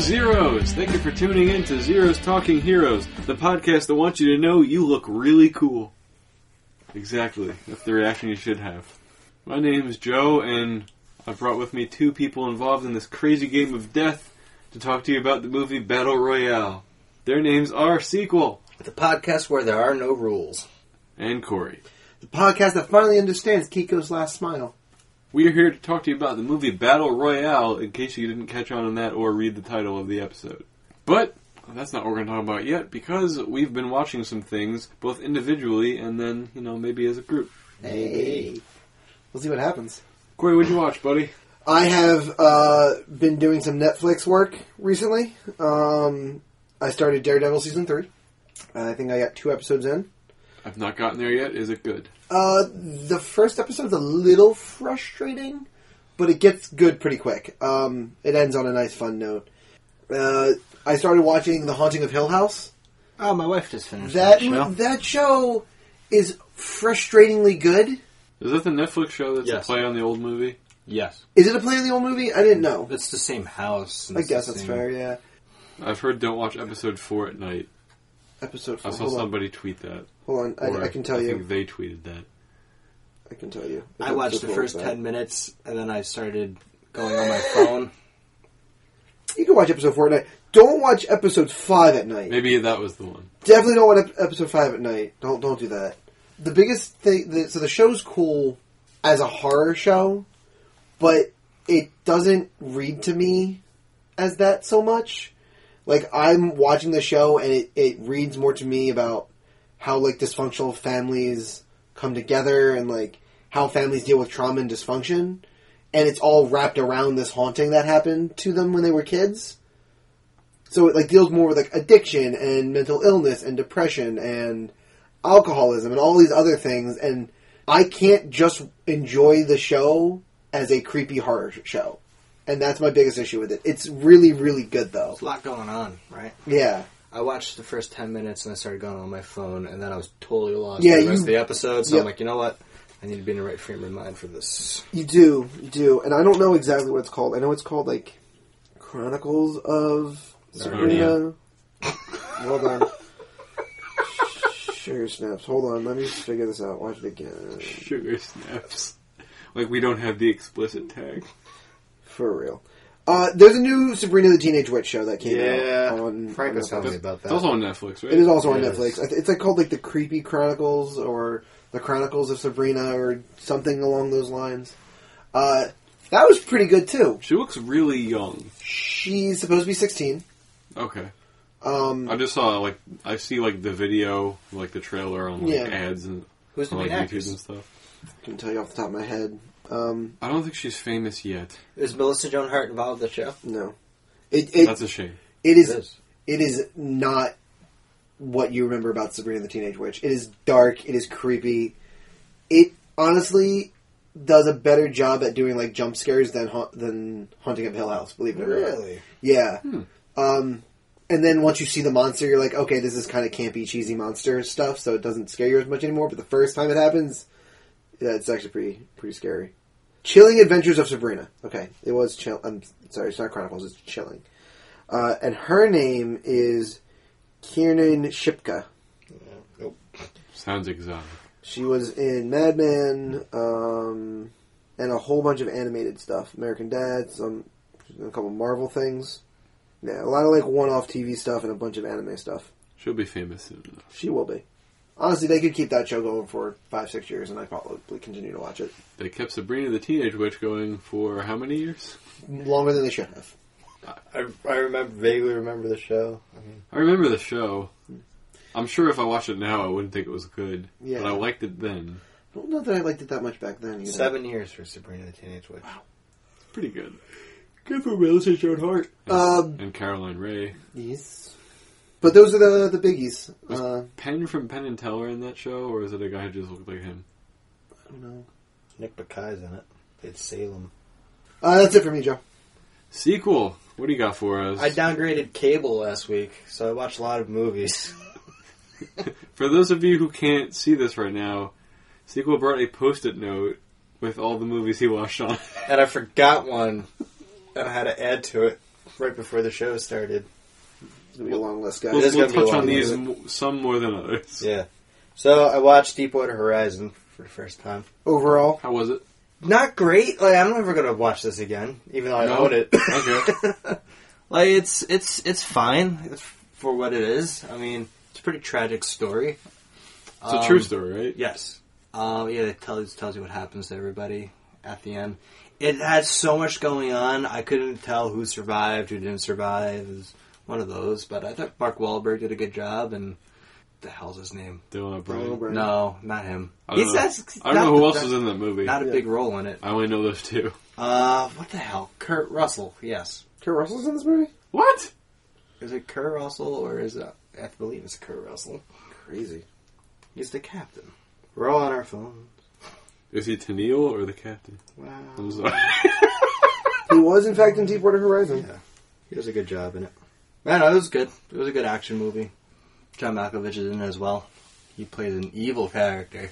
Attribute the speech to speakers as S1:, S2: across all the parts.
S1: Zeros! Thank you for tuning in to Zeros Talking Heroes, the podcast that wants you to know you look really cool. Exactly. That's the reaction you should have. My name is Joe, and I brought with me two people involved in this crazy game of death to talk to you about the movie Battle Royale. Their names are Sequel
S2: The podcast where there are no rules.
S1: and Corey.
S3: The podcast that finally understands Kiko's last smile.
S1: We are here to talk to you about the movie Battle Royale, in case you didn't catch on on that or read the title of the episode. But that's not what we're going to talk about yet, because we've been watching some things, both individually and then, you know, maybe as a group.
S3: Hey. We'll see what happens.
S1: Corey, what'd you watch, buddy?
S3: I have uh, been doing some Netflix work recently. Um, I started Daredevil season three. I think I got two episodes in.
S1: I've not gotten there yet. Is it good?
S3: Uh, the first episode's a little frustrating, but it gets good pretty quick. Um, it ends on a nice, fun note. Uh, I started watching The Haunting of Hill House.
S2: Oh, my wife just finished
S3: That
S2: that show.
S3: that show is frustratingly good.
S1: Is that the Netflix show that's
S2: Yes.
S1: a play on the old movie?
S2: yes,
S3: Is it a play on the old movie? I didn't know.
S2: it's the same house. and
S3: I
S2: it's
S3: guess
S2: the
S3: that's
S2: same-
S3: fair. Yeah,
S1: I've heard don't watch episode four at night.
S3: episode
S1: I
S3: four.
S1: saw
S3: Hold on,
S1: somebody tweet that.
S3: hold on.
S1: or
S3: I, I can tell
S1: think
S3: you.
S1: they tweeted that.
S3: I can tell you.
S2: I watched the
S3: Episode
S2: first
S3: four,
S2: ten minutes, and then I started going on my phone.
S3: You can watch episode four at night. Don't watch episode five at night.
S1: Maybe that was the one.
S3: Definitely don't watch ep- episode five at night. Don't don't do that. The biggest thing. The, so the show's cool as a horror show, but it doesn't read to me as that so much. Like I'm watching the show and it, it reads more to me about how like dysfunctional families come together and like how families deal with trauma and dysfunction and it's all wrapped around this haunting that happened to them when they were kids. So it like deals more with like addiction and mental illness and depression and alcoholism and all these other things and I can't just enjoy the show as a creepy horror show. And that's my biggest issue with it. It's really really good though.
S2: There's a lot going on, right?
S3: Yeah.
S2: I watched the first ten minutes, and I started going on my phone, and then I was totally lost.
S3: Yeah,
S2: for the rest
S3: you-
S2: of the episode. So I'm
S3: Yep.
S2: like, you know what? I need to be in the right frame of mind for this.
S3: You do, you do, and I don't know exactly what it's called. I know it's called like Chronicles of Sabrina. Well done. Sugar snaps. Hold on, let me figure this out. Watch it again
S1: Sugar snaps. Like we don't have the explicit tag.
S3: for real. Uh, there's a new Sabrina the Teenage Witch show that came
S2: Yeah.
S3: out on.
S2: Frank was
S3: on
S2: telling me
S3: Netflix.
S2: about
S1: It's
S2: that.
S1: also on Netflix, right?
S3: It is also on
S2: Yes.
S3: Netflix. I th- It's like called like the Creepy Chronicles or the Chronicles of Sabrina or something along those lines. Uh, that was pretty good too.
S1: She looks really young.
S3: She's supposed to be 16.
S1: Okay.
S3: Um,
S1: I just saw like I see like the video, like the trailer on like
S3: Yeah.
S1: ads and
S2: Who's the
S1: on, like
S2: main
S1: YouTube
S2: actress?
S1: and stuff.
S3: can tell you off the top of my head. Um,
S1: I don't think she's famous yet.
S2: Is Melissa Joan Hart involved in the show?
S3: no, it it,
S1: That's a shame.
S3: it
S2: It
S3: is
S2: is.
S3: it is not what you remember about Sabrina the Teenage Witch. It is dark. It is creepy. It honestly does a better job at doing like jump scares than haunt, than Haunting of Hill House. Believe it or not.
S2: Really?
S3: Yeah. Um, and then once you see the monster, you're like, okay, this is kind of campy, cheesy monster stuff, so it doesn't scare you as much anymore. But the first time it happens, yeah, it's actually pretty pretty scary. Chilling Adventures of Sabrina. Okay, it was chill. I'm sorry, it's not Chronicles. It's Chilling. Uh, and her name is Kiernan Shipka.
S2: Nope.
S1: Sounds exotic.
S3: She was in Mad Men um, and a whole bunch of animated stuff. American Dad, some she's in a couple Marvel things. Yeah, a lot of like one-off TV stuff and a bunch of anime stuff.
S1: She'll be famous soon enough.
S3: She will be. Honestly, they could keep that show going for five, six years, and I probably continue to watch it
S1: They kept Sabrina the Teenage Witch going for how many years?
S3: longer than they should have.
S2: I, I remember vaguely remember the show. I mean,
S1: I remember the show. I'm sure if I watched it now, I wouldn't think it was good.
S3: Yeah.
S1: But I liked it then.
S3: I don't know that I liked it that much back then. Either.
S2: seven years for Sabrina the Teenage Witch.
S1: It's pretty good. Good for Melissa Joan Hart
S3: Um,
S1: and Caroline Ray.
S3: Yes. But those are the the biggies.
S1: Was
S3: Uh,
S1: Penn from Penn and Teller in that show, or is it a guy who just looked like him?
S3: I don't know.
S2: Nick Bakai's in it. It's Salem.
S3: Uh, that's it for me, Joe.
S1: Sequel. What do you got for us?
S2: I downgraded cable last week, so I watched a lot of movies.
S1: for those of you who can't see this right now, Sequel brought a post-it note with all the movies he watched on. it.
S2: And I forgot one, and I had to add to it. right before the show started.
S3: It's gonna be a long list,
S1: We'll,
S2: It
S3: guys.
S2: is
S1: we'll
S2: gonna be
S1: touch
S2: long,
S1: on these
S2: isn't
S1: m- some more than others.
S2: Yeah. So I watched Deepwater Horizon for the first time.
S3: Overall,
S1: How was it?
S2: Not great. Like I'm never gonna watch this again, even though I
S1: No?
S2: own it.
S1: Okay.
S2: like it's it's it's fine it's for what it is. I mean, it's a pretty tragic story.
S1: It's
S2: Um,
S1: a true story, right?
S2: Yes. Um, yeah, it tells tells you what happens to everybody at the end. It had so much going on. I couldn't tell who survived, who didn't survive. It was one of those, but I thought Mark Wahlberg did a good job. And the hell's his name?
S1: Dylan
S3: Dylan
S1: O'Brien.
S3: O'Brien.
S2: No, not him.
S1: I don't
S2: He's-
S1: know.
S2: that's
S1: I don't know
S2: not
S1: who
S2: the-
S1: else was in that movie.
S2: Not a
S3: Yeah.
S2: big role in it.
S1: I only know those two.
S2: Uh, what the hell? Kurt Russell. Yes.
S3: Kurt Russell's in this movie.
S1: What?
S2: Is it Kurt Russell or is it? I believe it's Kurt Russell.
S3: Crazy.
S2: He's the captain. We're all on our phone.
S1: Is he Tennille or the captain?
S2: Wow.
S1: I'm sorry.
S3: He was in fact in Deepwater Horizon.
S2: Yeah. He does a good job in it. Man, it was good. It was a good action movie. John Malkovich is in it as well. He plays an evil character.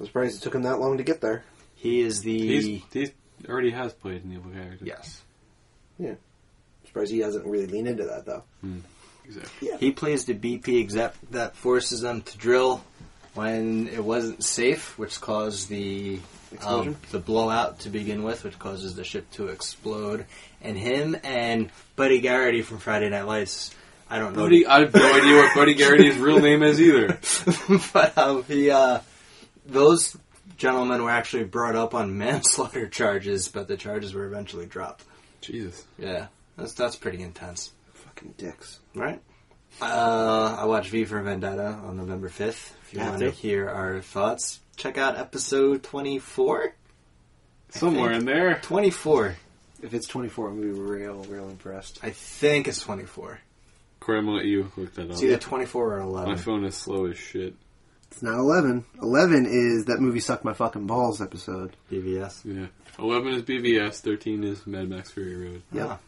S3: I'm surprised it took him that long to get there.
S2: He is the
S1: He's, he already has played an evil character.
S2: yes.
S3: I'm surprised he doesn't really lean into that though.
S1: Exactly.
S2: He plays the BP exec that forces them to drill when it wasn't safe, which caused the um,
S3: Explosion?
S2: the blowout to begin with, which causes the ship to explode. And him and Buddy Garrity from Friday Night Lights. I don't know.
S1: Buddy, I have no idea what Buddy Garrity's real name is either.
S2: but um, he, uh, those gentlemen were actually brought up on manslaughter charges, but the charges were eventually dropped.
S1: Jesus.
S2: Yeah, that's that's pretty intense,
S3: Fucking dicks.
S2: right? Uh, I watched V for Vendetta on November fifth. If you
S3: Yeah,
S2: want to
S3: too.
S2: hear our thoughts, check out episode 24?
S1: Somewhere in there.
S2: 24.
S3: If it's 24, I'm gonna be real, real impressed.
S2: I think it's twenty four.
S1: Corey, I'm gonna let you look that
S2: It's either
S1: up.
S2: twenty four or eleven.
S1: My phone is slow as shit.
S3: It's not 11. 11 is that movie sucked my fucking balls episode.
S2: BVS.
S1: Yeah. 11 is BVS, 13 is Mad Max Fury Road.
S3: Yep.
S2: Ah,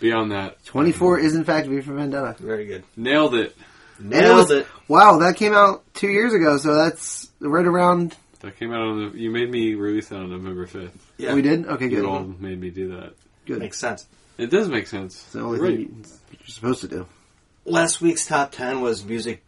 S1: Beyond that.
S3: 24 is in fact V for Vendetta.
S2: very good.
S1: Nailed it.
S3: And it was-
S2: Nailed it.
S3: Wow, that came out two years ago, so that's right around.
S1: That came out on the. You made me release that on November 5th.
S2: Yeah,
S3: We did. Okay,
S1: You
S3: good.
S1: all made me do that.
S3: Good.
S2: makes sense.
S1: It does make sense.
S3: It's the only
S1: Right.
S3: thing you- you're supposed to do.
S2: last week's top ten was music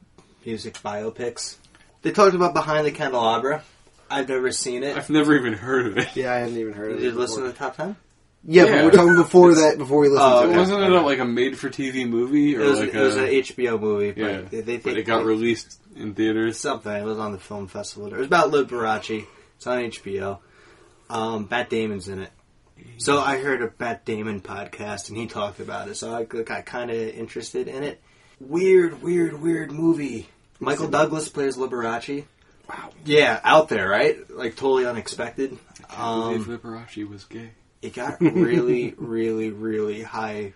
S2: music biopics. They talked about Behind the Candelabra. I've never seen it.
S1: I've never even heard of it.
S3: Yeah, I hadn't even heard
S2: Did you listen to the top ten?
S3: Yeah,
S1: Yeah.
S3: but we're talking before that. Before we listened
S2: Oh,
S1: But
S3: to it.
S2: okay.
S1: Wasn't it a, like a made-for-TV movie
S2: It
S1: or
S2: was,
S1: like
S2: it was
S1: a?
S2: an HBO movie, but
S1: yeah,
S2: they, they
S1: but it got released in theaters.
S2: something. It was on the film festival. It was about Lib Baracci. It's on HBO. Um, Matt Damon's in it. So I heard a Matt Damon podcast and he talked about it. So I got kind of interested in it. Weird, weird, weird movie. Michael Douglas plays Liberace.
S3: Wow.
S2: Yeah, out there, right? Like totally unexpected.
S1: Dave
S2: Um,
S1: Liberace was gay.
S2: it got really, really, really high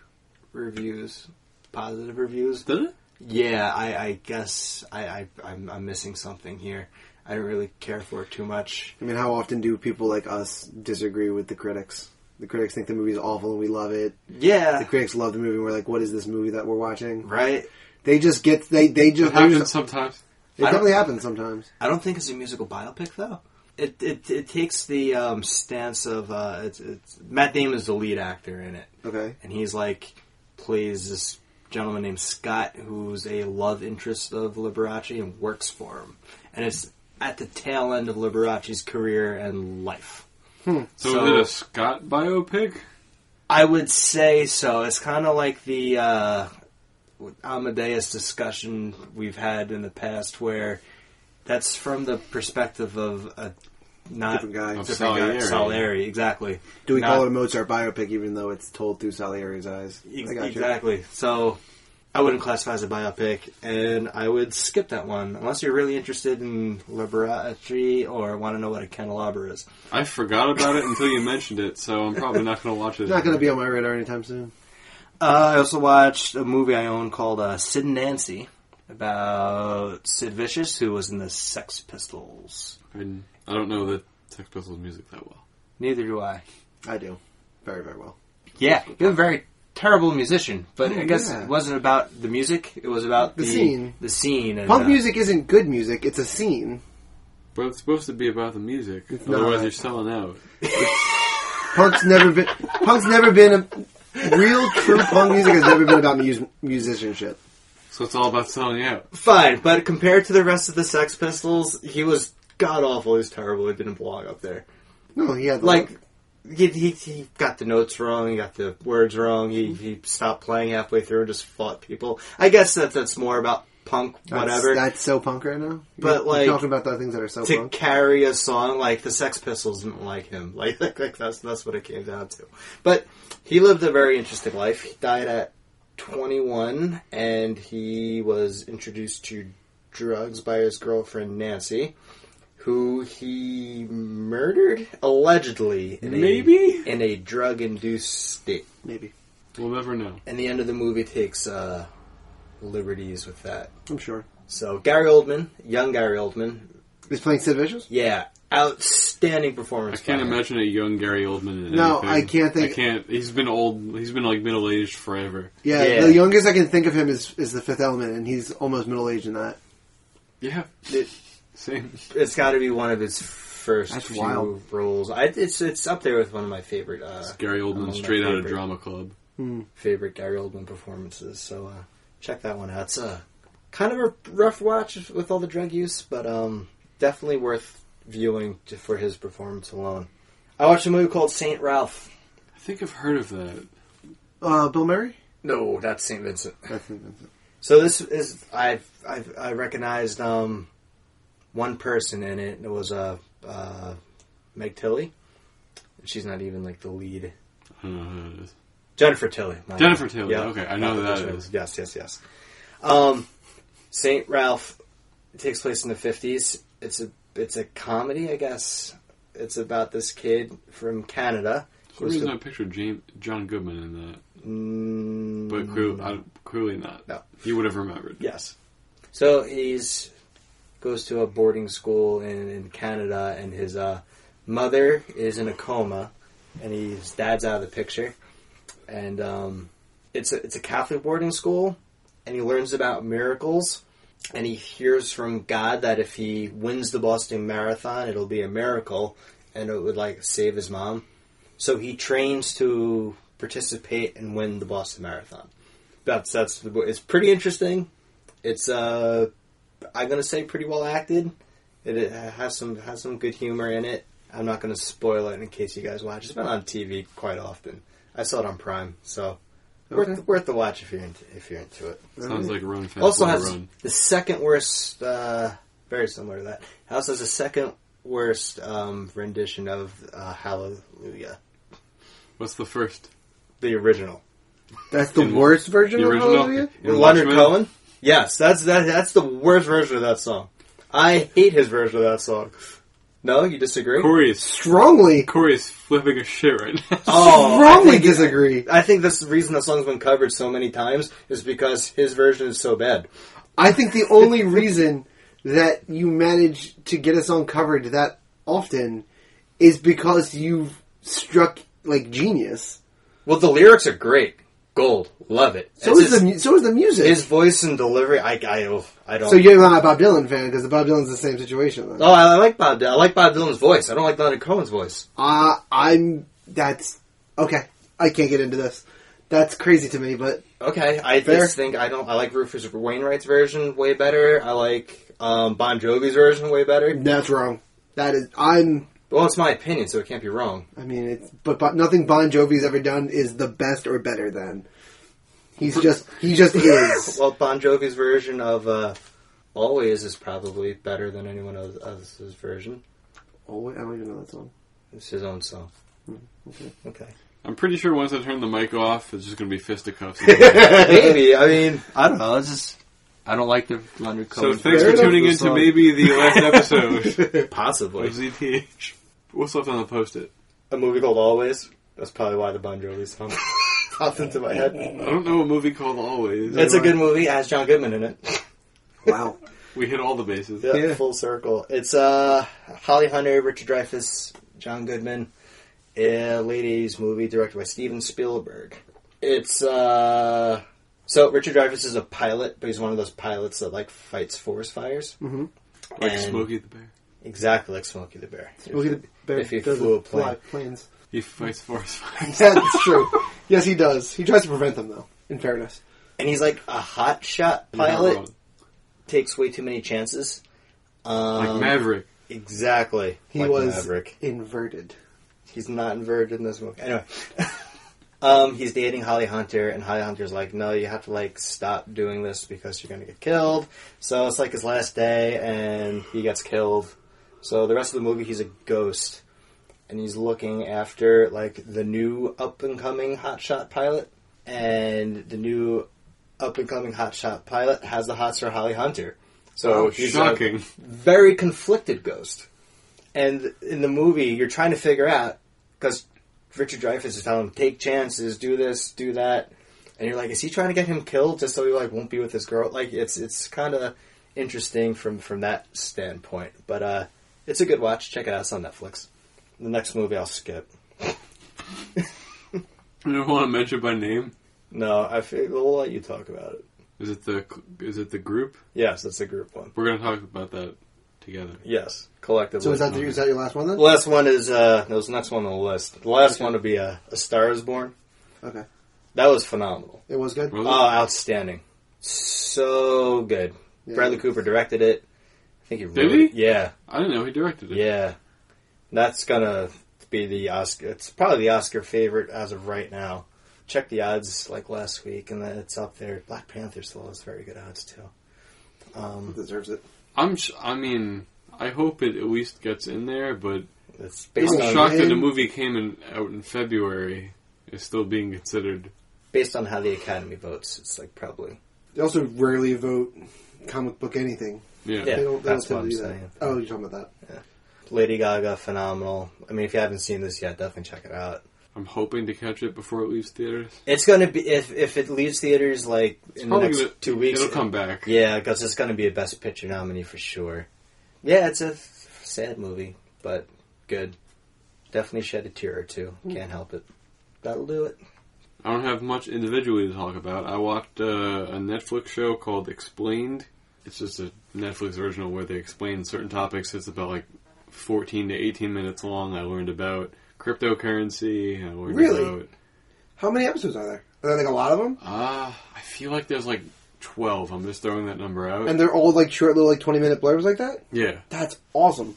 S2: reviews, positive reviews.
S1: Did it?
S2: Yeah, I, I guess I, I I'm, I'm missing something here. I don't really care for it too much.
S3: I mean, how often do people like us disagree with the critics? The critics think the movie's awful and we love it. The
S2: Yeah,
S3: critics love the movie. and We're like, what is this movie that we're watching?
S2: right.
S3: They just get they they just
S1: It happens sometimes.
S3: It
S2: I don't-
S3: definitely happens sometimes.
S2: I don't think it's a musical biopic though. It it, it takes the um, stance of uh, it's, it's Matt Damon's the lead actor in it.
S3: Okay.
S2: and he's like plays this gentleman named Scott who's a love interest of Liberace and works for him. And it's at the tail end of Liberace's career and life.
S1: So,
S2: So-
S1: is it a Scott biopic?
S2: I would say so. It's kind of like the uh, Amadeus discussion we've had in the past, where that's from the perspective of a not
S3: Different guy. Of
S2: different guy,
S1: Salieri.
S2: Salieri, exactly.
S3: Do we call
S2: Not-
S3: it a Mozart biopic even though it's told through Salieri's eyes?
S2: Ex-
S3: I got you.
S2: Exactly. So I wouldn't classify as a biopic, and I would skip that one unless you're really interested in Liberace or want to know what a candelabra is.
S1: I forgot about it until you mentioned it, so I'm probably not going to watch it.
S3: It's not going to be on my radar anytime soon.
S2: Uh, I also watched a movie I own called uh, Sid and Nancy about Sid Vicious, who was in the Sex Pistols.
S1: And I don't know the Sex Pistols music that well.
S2: Neither do I.
S3: I do. Very, very well.
S2: Yeah, he was a very terrible musician, but
S3: Oh,
S2: I guess
S3: yeah.
S2: it wasn't about the music. It was about
S3: The
S2: the,
S3: scene.
S2: The scene. And,
S3: Punk
S2: uh,
S3: music isn't good music, it's a scene.
S1: But it's supposed to be about the music.
S3: It's
S1: Otherwise,
S3: not.
S1: you're selling out.
S3: Punk's never been punk's never been a, Real true punk music has never been about mus- musicianship.
S1: So it's all about selling out.
S2: Fine, but compared to the rest of the Sex Pistols, he was god awful. He was terrible. He didn't belong up there.
S3: No, he had
S2: Like, he, he, he got the notes wrong. He got the words wrong. He, he stopped playing halfway through and just fought people. I guess that that's more about punk,
S3: That's-
S2: whatever.
S3: That's, so punk right now.
S2: But,
S3: You're
S2: like,
S3: talking about the things that are so
S2: to
S3: punk.
S2: carry a song like the Sex Pistols didn't like him. Like, like, like that's that's what it came down to. But he lived a very interesting life. He died at 21, and he was introduced to drugs by his girlfriend Nancy, who he murdered allegedly. In
S1: Maybe?
S2: a, in a drug-induced state.
S3: Maybe
S1: We'll never know.
S2: And the end of the movie takes uh, liberties with that.
S3: I'm sure
S2: So Gary Oldman, young Gary Oldman,
S3: he's playing Sid Vicious.
S2: yeah, outstanding
S1: I
S2: performance.
S1: can't
S2: by him.
S1: imagine a young Gary Oldman. In
S3: No,
S1: anything.
S3: I can't think-
S1: I can't. He's been old. He's been like middle aged forever.
S3: Yeah,
S2: Yeah.
S3: the youngest I can think of him is is the Fifth Element, and he's almost middle aged in that.
S1: Yeah,
S2: It,
S1: same.
S2: it's got to be one of his first
S3: That's
S2: few
S3: wild.
S2: roles. I, it's it's up there with one of my favorite uh,
S1: Gary Oldman
S2: among my
S1: straight out of
S2: favorite-
S1: drama club.
S2: favorite Gary Oldman performances. So uh, check that one out. It's a kind of a rough watch with all the drug use, but um, definitely worth viewing to, for his performance alone. I watched a movie called Saint Ralph.
S1: I think I've heard of that.
S3: Uh, Bill Murray.
S2: No, that's Saint Vincent.
S3: That's Sid Vicious.
S2: So this is I I I recognized um, one person in it. and It was uh, uh, Meg Tilly. She's not even like the lead.
S1: I don't know who that is.
S2: Jennifer Tilly. my
S1: Jennifer
S2: bad.
S1: Tilly, okay, I know who that is.
S2: Yes, yes, yes. Um, Saint Ralph takes place in the fifties. It's a it's a comedy, I guess. It's about this kid from Canada.
S1: For some
S2: Who's
S1: reason,
S2: the-
S1: I pictured James, John Goodman in that,
S2: Mm,
S1: but clearly, I, clearly not.
S2: No.
S1: You would have remembered.
S2: Yes. So he's goes to a boarding school in, in Canada, and his uh, mother is in a coma, and his dad's out of the picture. And um, it's a, it's a Catholic boarding school, and he learns about miracles, and he hears from God that if he wins the Boston Marathon, it'll be a miracle, and it would like save his mom. So he trains to participate and win the Boston Marathon. That's that's the, it's pretty interesting. It's uh, I'm gonna say pretty well acted. It, it has some has some good humor in it. I'm not gonna spoil it in case you guys watch. It's been on TV quite often. I saw it on Prime, so
S3: Okay.
S2: worth worth the watch if you're into, if you're into it.
S1: Sounds like Run Fast
S2: also
S1: Boy,
S2: has
S1: Run.
S2: the second worst, uh, very similar to that. It also has the second worst um, rendition of uh, Hallelujah,
S1: What's the first?
S2: the original.
S3: That's the
S1: In-
S3: worst version
S1: The
S3: of
S1: original.
S3: Hallelujah.
S1: In
S2: Leonard
S1: Watchmen?
S2: Cohen. Yes, that's that, that's the worst version of that song. I hate his version of that song. No, you disagree?
S1: Corey is
S3: Strongly,
S1: Corey is flipping a shit right now.
S2: Oh, I
S3: strongly
S2: think,
S3: disagree.
S2: I think that's the reason that song's been covered so many times is because his version is so bad.
S3: I think the only reason that you manage to get a song covered that often is because you've struck like genius.
S2: Well, the lyrics are great, gold, love it.
S3: So
S2: It's
S3: is
S2: his,
S3: the mu- so is the music.
S2: his voice and delivery. I I, oh, I don't.
S3: so you're not a Bob Dylan fan because Bob Dylan's the same situation. Though.
S2: Oh, I like Bob. Dylan. I like Bob Dylan's voice. I don't like Leonard Cohen's voice.
S3: Uh, I'm that's okay. I can't get into this. That's crazy to me, but
S2: Okay, I
S3: Fair.
S2: just think I don't. I like Rufus Wainwright's version way better. I like um, Bon Jovi's version way better.
S3: that's wrong. That is, I'm.
S2: Well, it's my opinion, so it can't be wrong.
S3: I mean, it's but, but nothing Bon Jovi's ever done is the best or better than. He's just he just is.
S2: Well, Bon Jovi's version of uh, "Always" is probably better than anyone else- else's version.
S3: Oh, wait, I don't even know that song.
S2: It's his own song. Okay.
S1: I'm pretty sure once I turn the mic off, it's just going to be fisticuffs.
S2: Maybe. I mean, I don't know. It's just I don't like the Leonard
S1: so
S2: Cohen.
S1: thanks
S3: Fair
S1: for
S3: enough,
S1: tuning
S3: the
S1: in to
S3: song.
S1: maybe the last episode of
S2: Possibly
S1: ZTH. What's left on the post-it?
S2: a movie called "Always." That's probably why the Bon Jovi song popped into my head.
S1: I don't know a movie called Always.
S2: It's a good movie. It has John Goodman in it.
S3: Wow.
S1: We hit all the bases.
S2: Yeah,
S3: Yeah.
S2: full circle. It's uh Holly Hunter, Richard Dreyfuss, John Goodman, a late eighties movie directed by Steven Spielberg. It's uh so Richard Dreyfuss is a pilot, but he's one of those pilots that like fights forest fires.
S3: Mhm.
S1: Like
S2: And-
S1: Smokey the Bear.
S2: Exactly like Smokey the Bear.
S3: Smokey the Bear
S2: If he
S3: doesn't
S2: flew a plane.
S3: fly planes.
S1: He fights forest fires.
S3: Yeah, That's true. yes, he does. He tries to prevent them, though. In fairness,
S2: and he's like a hot shot
S1: You're not
S2: pilot.
S1: wrong.
S2: Takes way too many chances.
S1: Like
S2: Um,
S1: Maverick.
S2: Exactly.
S3: he
S2: like
S3: was
S2: Maverick.
S3: inverted.
S2: He's not inverted in this movie. Anyway. um, he's dating Holly Hunter, and Holly Hunter's like, no, you have to, like, stop doing this because you're going to get killed. So it's, like, his last day, and he gets killed. So the rest of the movie, he's a ghost. And he's looking after, like, the new up-and-coming hotshot pilot. And the new up-and-coming hotshot pilot has the hots for Holly Hunter. So
S1: Oh,
S2: he's like,
S1: shocking.
S2: very conflicted ghost. And in the movie, you're trying to figure out because Richard Dreyfuss is telling him take chances, do this, do that, and you're like, is he trying to get him killed just so he like won't be with this girl? Like it's it's kind of interesting from from that standpoint. But uh, it's a good watch. Check it out. It's on Netflix. The next movie I'll skip.
S1: I don't want to mention by name.
S2: No, I feel, we'll let you talk about it.
S1: Is it the is it the group?
S2: Yes, that's a group one.
S1: We're gonna talk about that together.
S2: Yes, collectively.
S3: So is that the, is that your last one then?
S2: the last one is uh, that was the next one on the list. The last one would be uh, A Star Is Born.
S3: Okay,
S2: That was phenomenal.
S3: it was good.
S1: Was it?
S2: Oh, outstanding. So good.
S3: Yeah.
S2: Bradley Cooper directed it. I think he wrote
S1: Did
S2: it.
S1: he?
S2: Yeah,
S1: I didn't know he directed it.
S2: yeah. That's gonna be the Oscar. It's probably the Oscar favorite as of right now. Check the odds like last week, and then it's up there. Black Panther still has very good odds too. Um,
S3: deserves it.
S1: I'm. Sh- I mean, I hope it at least gets in there. But
S2: it's
S1: I'm
S2: based
S3: Oh,
S2: on
S1: shocked that the
S3: man.
S1: movie came in, out in February. Is still being considered.
S2: based on how the Academy votes. It's like probably
S3: They also rarely vote comic book anything.
S1: Yeah.
S2: Yeah.
S3: they don't, they
S2: that's
S3: don't
S2: what
S3: tend to do
S2: I'm
S3: that.
S2: saying.
S3: Oh, you're talking about
S2: Lady Gaga phenomenal. I mean, if you haven't seen this yet, definitely check it out.
S1: I'm hoping to catch it before it leaves theaters.
S2: It's gonna be if if it leaves theaters like in the
S1: Probably
S2: next
S1: gonna-
S2: two weeks.
S1: It'll come back.
S2: Yeah, because it's gonna be a best picture nominee for sure. Yeah, it's a f- sad movie, but good. Definitely shed a tear or two. Can't help it. That'll do it.
S1: I don't have much individually to talk about. I watched uh, a Netflix show called Explained. It's just a Netflix original where they explain certain topics. It's about like 14 to 18 minutes long. I learned about cryptocurrency. I learned
S3: Really?
S1: about.
S3: that. How many episodes are there? Are there like a lot of them?
S1: Ah, I feel like there's like 12. I'm just throwing that number out.
S3: And they're all like short little like twenty minute blurbs like that.
S1: yeah.
S3: That's awesome.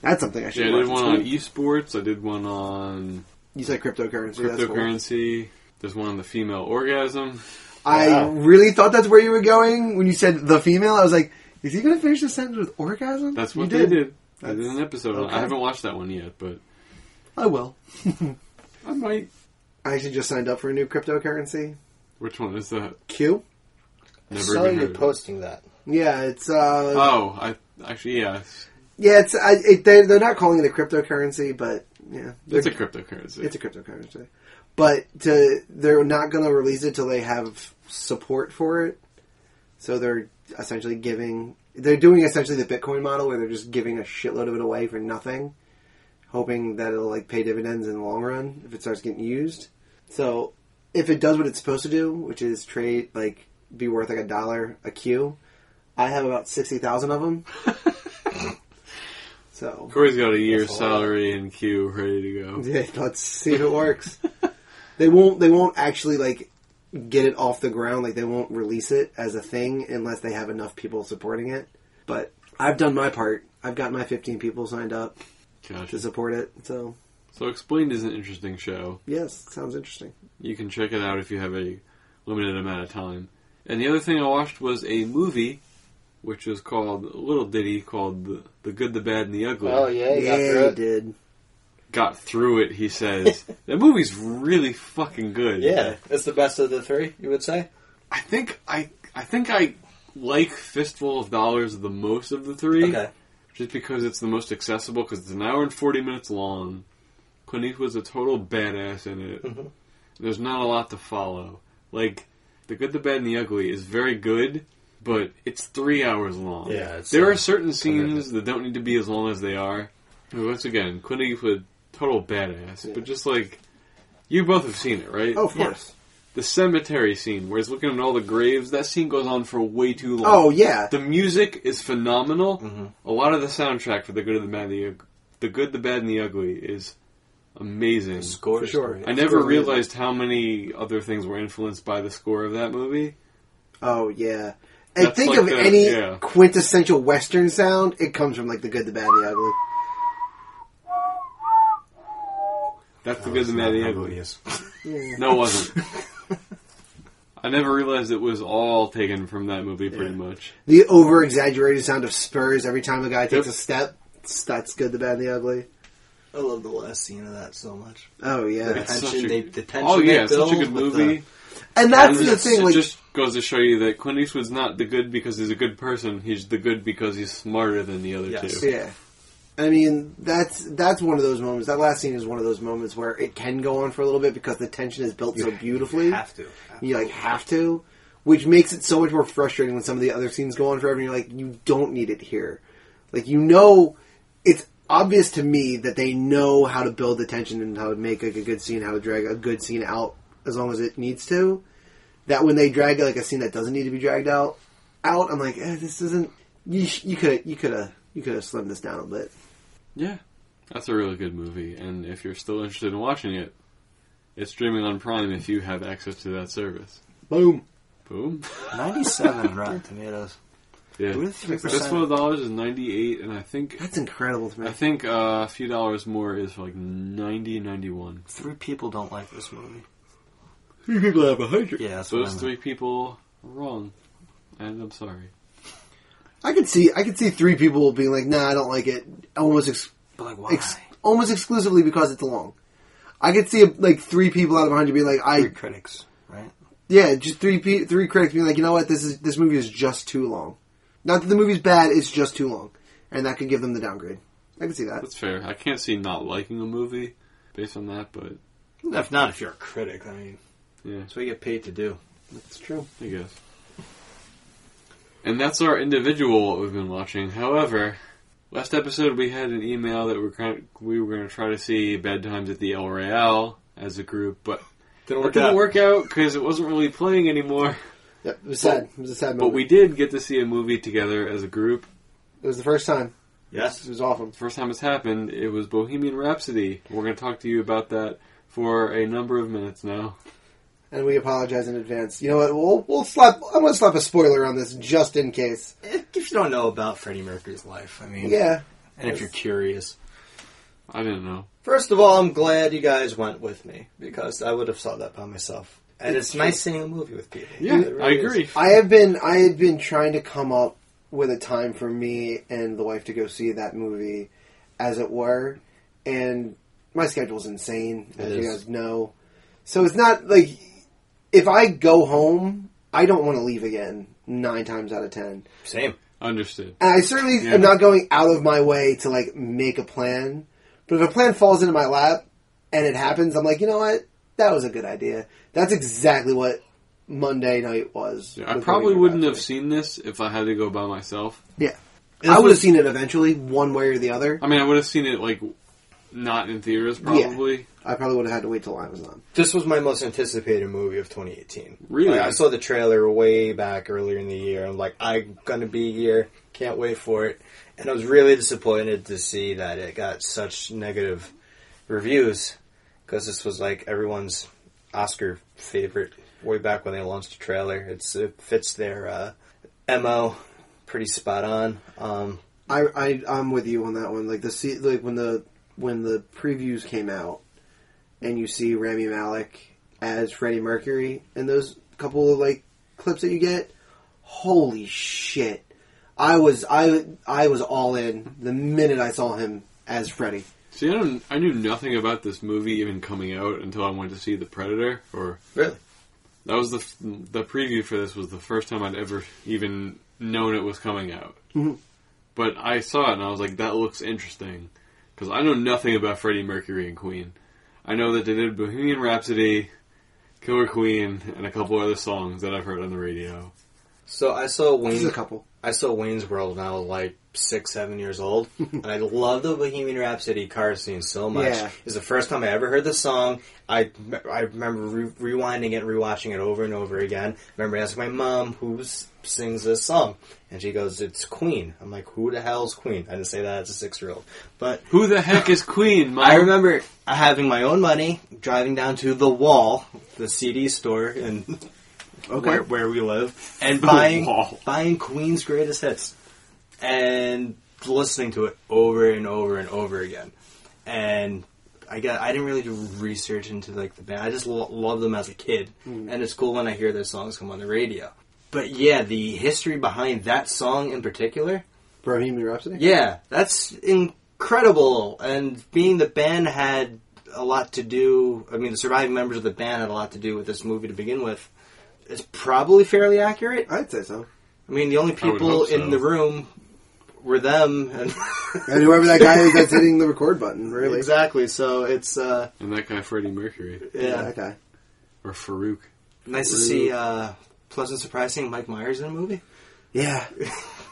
S3: That's something I
S1: Yeah,
S3: should.
S1: I
S3: watch.
S1: did one
S3: It's
S1: on
S3: cool.
S1: esports. I did one on
S3: You said cryptocurrency. That's cool.
S1: cryptocurrency. There's one on the female orgasm.
S3: I
S2: Wow.
S3: really thought that's where you were going when you said the female. I was like, is he going to finish the sentence with orgasm?
S1: That's
S3: You
S1: what they did. I did
S3: That's-
S1: an episode. on it.
S3: okay.
S1: I haven't watched that one yet, but
S3: I will.
S1: I might.
S3: I actually just signed up for a new cryptocurrency.
S1: Which one is that?
S3: Q.
S1: Never
S2: so
S1: even
S2: you're
S1: heard of it.
S2: posting that.
S3: Yeah, it's uh,
S1: Oh, I actually yeah, it's,
S3: yeah, it's I, it, they, they're not calling it a cryptocurrency, but yeah,
S1: it's a
S3: they're-
S1: cryptocurrency.
S3: it's a cryptocurrency. But to, they're not going to release it till they have support for it. So they're essentially giving. They're doing essentially the Bitcoin model where they're just giving a shitload of it away for nothing, hoping that it'll like pay dividends in the long run if it starts getting used. So if it does what it's supposed to do, which is trade like be worth like a dollar a Q, I have about sixty thousand of them. so
S1: Corey's got a year's
S2: That's a lot.
S1: salary in queue ready to go.
S3: yeah, let's see if it works. they won't. They won't actually like get it off the ground. Like they won't release it as a thing unless they have enough people supporting it. But I've done my part. I've got my 15 people signed up
S1: Gotcha.
S3: to support it. So
S1: So Explained is an interesting show.
S3: yes, sounds interesting.
S1: You can check it out if you have a limited amount of time. And the other thing I watched was a movie, which is called a little ditty called "The, the Good, the Bad, and the Ugly."
S2: Oh yeah, you got through
S3: yeah, you
S2: it.
S3: did.
S1: Got through it, he says. that movie's really fucking good.
S2: Yeah, it's the best of the three. You would say.
S1: I think I I think I like Fistful of Dollars the most of the three.
S2: Okay.
S1: just because it's the most accessible because it's an hour and 40 minutes long clint eastwood's a total badass in it
S2: Mhm.
S1: there's not a lot to follow like the good the bad and the ugly is very good but it's three hours long
S2: Yeah, it's,
S1: there
S2: uh,
S1: are certain scenes
S2: commitment.
S1: that don't need to be as long as they are And once again clint eastwood total badass
S3: Yeah.
S1: but just like you both have seen it right
S3: Oh, of course.
S1: the cemetery scene where he's looking at all the graves that scene goes on for way too long
S3: Oh yeah.
S1: the music is
S2: Mm-hmm.
S1: phenomenal. A lot of the soundtrack for the good, the bad, and the Ug- the good, the bad, and the ugly is amazing.
S2: Score
S3: For
S2: is
S3: sure.
S2: great.
S1: I never
S3: Score is-
S1: realized how many other things were influenced by the score of that movie.
S3: Oh yeah. And
S1: That's
S3: think
S1: like
S3: of
S1: the-
S3: any
S1: yeah.
S3: quintessential Western sound, it comes from like the good, the bad, and the ugly.
S1: That's the good, the bad, and the ugly.
S2: Yes.
S1: No, it wasn't. I never realized it was all taken from that movie, pretty much.
S3: The over exaggerated sound of spurs every time a guy takes
S1: Yep.
S3: a step. it's- That's good, the bad, and the ugly.
S2: I love the last scene of that so much.
S3: Oh yeah.
S1: It's
S2: tension
S1: such a-
S2: they- the tension
S1: oh
S2: they
S1: yeah, it's such a
S2: build
S1: good
S2: with
S1: movie.
S3: And that's
S1: And
S3: the
S1: it's-
S3: thing,
S1: it
S3: like
S1: just goes to show you that Clint Eastwood's not the good because he's a good person. He's the good because he's smarter than the other
S2: Yes.
S1: two.
S3: Yeah. I mean, that's that's one of those moments. That last scene is one of those moments where it can go on for a little bit because the tension is built so beautifully.
S2: You have to.
S3: You, like have to, which makes it so much more frustrating when some of the other scenes go on forever and you're like, you don't need it here. Like you know it's obvious to me that they know how to build the tension and how to make like a good scene, how to drag a good scene out as long as it needs to. That when they drag like a scene that doesn't need to be dragged out out, I'm like, eh, this isn't you sh- you could you could have you could have slimmed this down a bit.
S1: Yeah. That's a really good movie, and if you're still interested in watching it, it's streaming on Prime if you have access to that service.
S3: Boom.
S1: Boom.
S2: 97 on Rotten Tomatoes.
S1: Yeah.
S2: What are the three
S1: This
S2: percent?
S1: one dollars is ninety eight, and I think
S3: That's incredible to me.
S1: I think uh, a few dollars more is like 90, 91.
S2: Three people don't like this movie.
S3: Three people have a hundred.
S2: Yeah, that's what I
S1: Those
S2: meant.
S1: three people are wrong, and I'm sorry.
S3: I could see I could see three people being like, nah, I don't like it. Almost ex-
S2: But like, why?
S3: ex- almost exclusively because it's long. I could see like three people out of a hundred being like,
S2: three
S3: I
S2: critics, right?
S3: yeah, just three pe- three critics being like, you know what, this is this movie is just too long. Not that the movie's bad, it's just too long, and that could give them the downgrade. I could see that.
S1: That's fair. I can't see not liking a movie based on that, but
S2: If not, if you're a critic, I mean,
S1: yeah,
S2: that's what you get paid to do.
S3: That's true.
S1: I guess. And that's our individual what we've been watching. However, last episode we had an email that we're kind we were going to try to see Bad Times at the El Royale as a group, but
S2: Didn't
S1: it didn't work out because it wasn't really playing anymore.
S3: Yep, it was sad. It was a sad
S1: But
S3: moment.
S1: we did get to see a movie together as a group.
S3: it was the first time. It
S2: Yes.
S3: was awful.
S1: First time it's happened, it was Bohemian Rhapsody. We're going to talk to you about that for a number of minutes now.
S3: And we apologize in advance. You know what? We'll, we'll slap. I'm going to slap a spoiler on this just in case.
S2: If you don't know about Freddie Mercury's life, I mean,
S3: Yeah.
S2: and if you're curious.
S1: I didn't know.
S2: First of all, I'm glad you guys went with me because I would have saw that by myself. And it's, nice seeing a movie with people. It
S1: I
S2: really is.
S1: agree.
S3: I have been I had been trying to come up with a time for me and the wife to go see that movie, as it were, and my schedule's insane, as
S2: It
S3: you
S2: is.
S3: guys know. So it's not like if I go home, I don't want to leave again nine times out of ten.
S2: Same.
S1: Understood.
S3: And I certainly
S1: Yeah.
S3: am not going out of my way to like make a plan. But if a plan falls into my lap and it happens, I'm like, you know what? That was a good idea. That's exactly what Monday night was.
S1: Yeah, I
S3: with
S1: probably
S3: Bohemian
S1: wouldn't
S3: Rhapsody.
S1: have seen this if I had to go by myself.
S3: Yeah. I would have seen it eventually, one way or the other.
S1: I mean, I would have seen it like not in theaters, probably.
S3: I probably would have had to wait till I was on.
S2: This was my most anticipated movie of 2018.
S1: Really?
S2: Like, I saw the trailer way back earlier in the year. I'm like, I'm gonna be here. Can't wait for it. And I was really disappointed to see that it got such negative reviews because this was like everyone's Oscar favorite way back when they launched the trailer. It's it fits their uh, mo pretty spot on. Um,
S3: I, I I'm with you on that one. Like the se- like when the when the previews came out, and you see Rami Malik as Freddie Mercury, and those couple of like clips that you get, holy shit! I was I I was all in the minute I saw him as Freddie.
S1: See, I, don't, I knew nothing about this movie even coming out until I went to see The Predator. Or
S2: really?
S1: that was the f- the preview for this was the first time I'd ever even known it was coming out.
S2: Mm-hmm.
S3: Mhm.
S1: But I saw it and I was like, that looks interesting because I know nothing about Freddie Mercury and Queen. I know that they did Bohemian Rhapsody, Killer Queen, and a couple other songs that I've heard on the radio.
S2: So I saw
S3: This
S2: Wayne.
S3: is a couple.
S2: I saw Wayne's World when I was like six, seven years old, and I love the Bohemian Rhapsody car scene so much.
S3: Yeah.
S2: It's the first time I ever heard the song. I I remember re- rewinding it, and rewatching it over and over again. I remember asking my mom who s- sings this song, and she goes, "It's Queen." I'm like, "Who the hell's Queen?" I didn't say that as a six year old, but
S1: Who the heck is Queen, Mom?
S2: I remember having my own money, driving down to the Wall, the CD store, and where, where we live, and
S1: The
S2: buying
S1: Wall.
S2: buying Queen's greatest hits, and listening to it over and over and over again. And I got I didn't really do research into like the band. I just lo- love them as a kid, and it's cool when I hear their songs come on the radio. But yeah, the history behind that song in particular,
S3: Bohemian Rhapsody.
S2: yeah, that's incredible. And being the band had a lot to do. I mean, the surviving members of the band had a lot to do with this movie to begin with. It's probably fairly accurate.
S3: I'd say so.
S2: I mean, the only
S1: would
S2: people
S1: hope so.
S2: in the room were them, and
S3: And whoever that guy is that's hitting the record button, really.
S2: exactly. So it's uh,
S1: and that guy Freddie Mercury
S2: yeah,
S3: Yeah, that guy.
S1: or Farouk.
S2: nice to
S3: Really?
S2: see uh, pleasant surprise seeing Mike Myers in a movie.
S3: Yeah.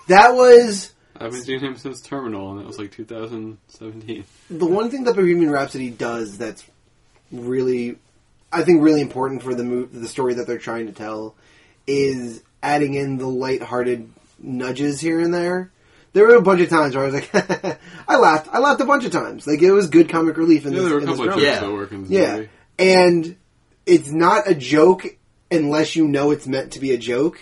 S3: That was
S1: I haven't seen him since Terminal, and that was like 2017.
S3: the one thing that Bohemian Rhapsody does that's really, I think, really important for the mo- the story that they're trying to tell is adding in the lighthearted nudges here and there. There were a bunch of times where I was like, I laughed. I laughed a bunch of times. Like it was good comic relief in
S1: Yeah,
S3: this.
S1: there were a
S3: in this
S1: couple of
S3: drama.
S1: jokes
S2: Yeah.
S1: that work in this
S3: Yeah.
S1: movie.
S3: And it's not a joke unless you know it's meant to be a joke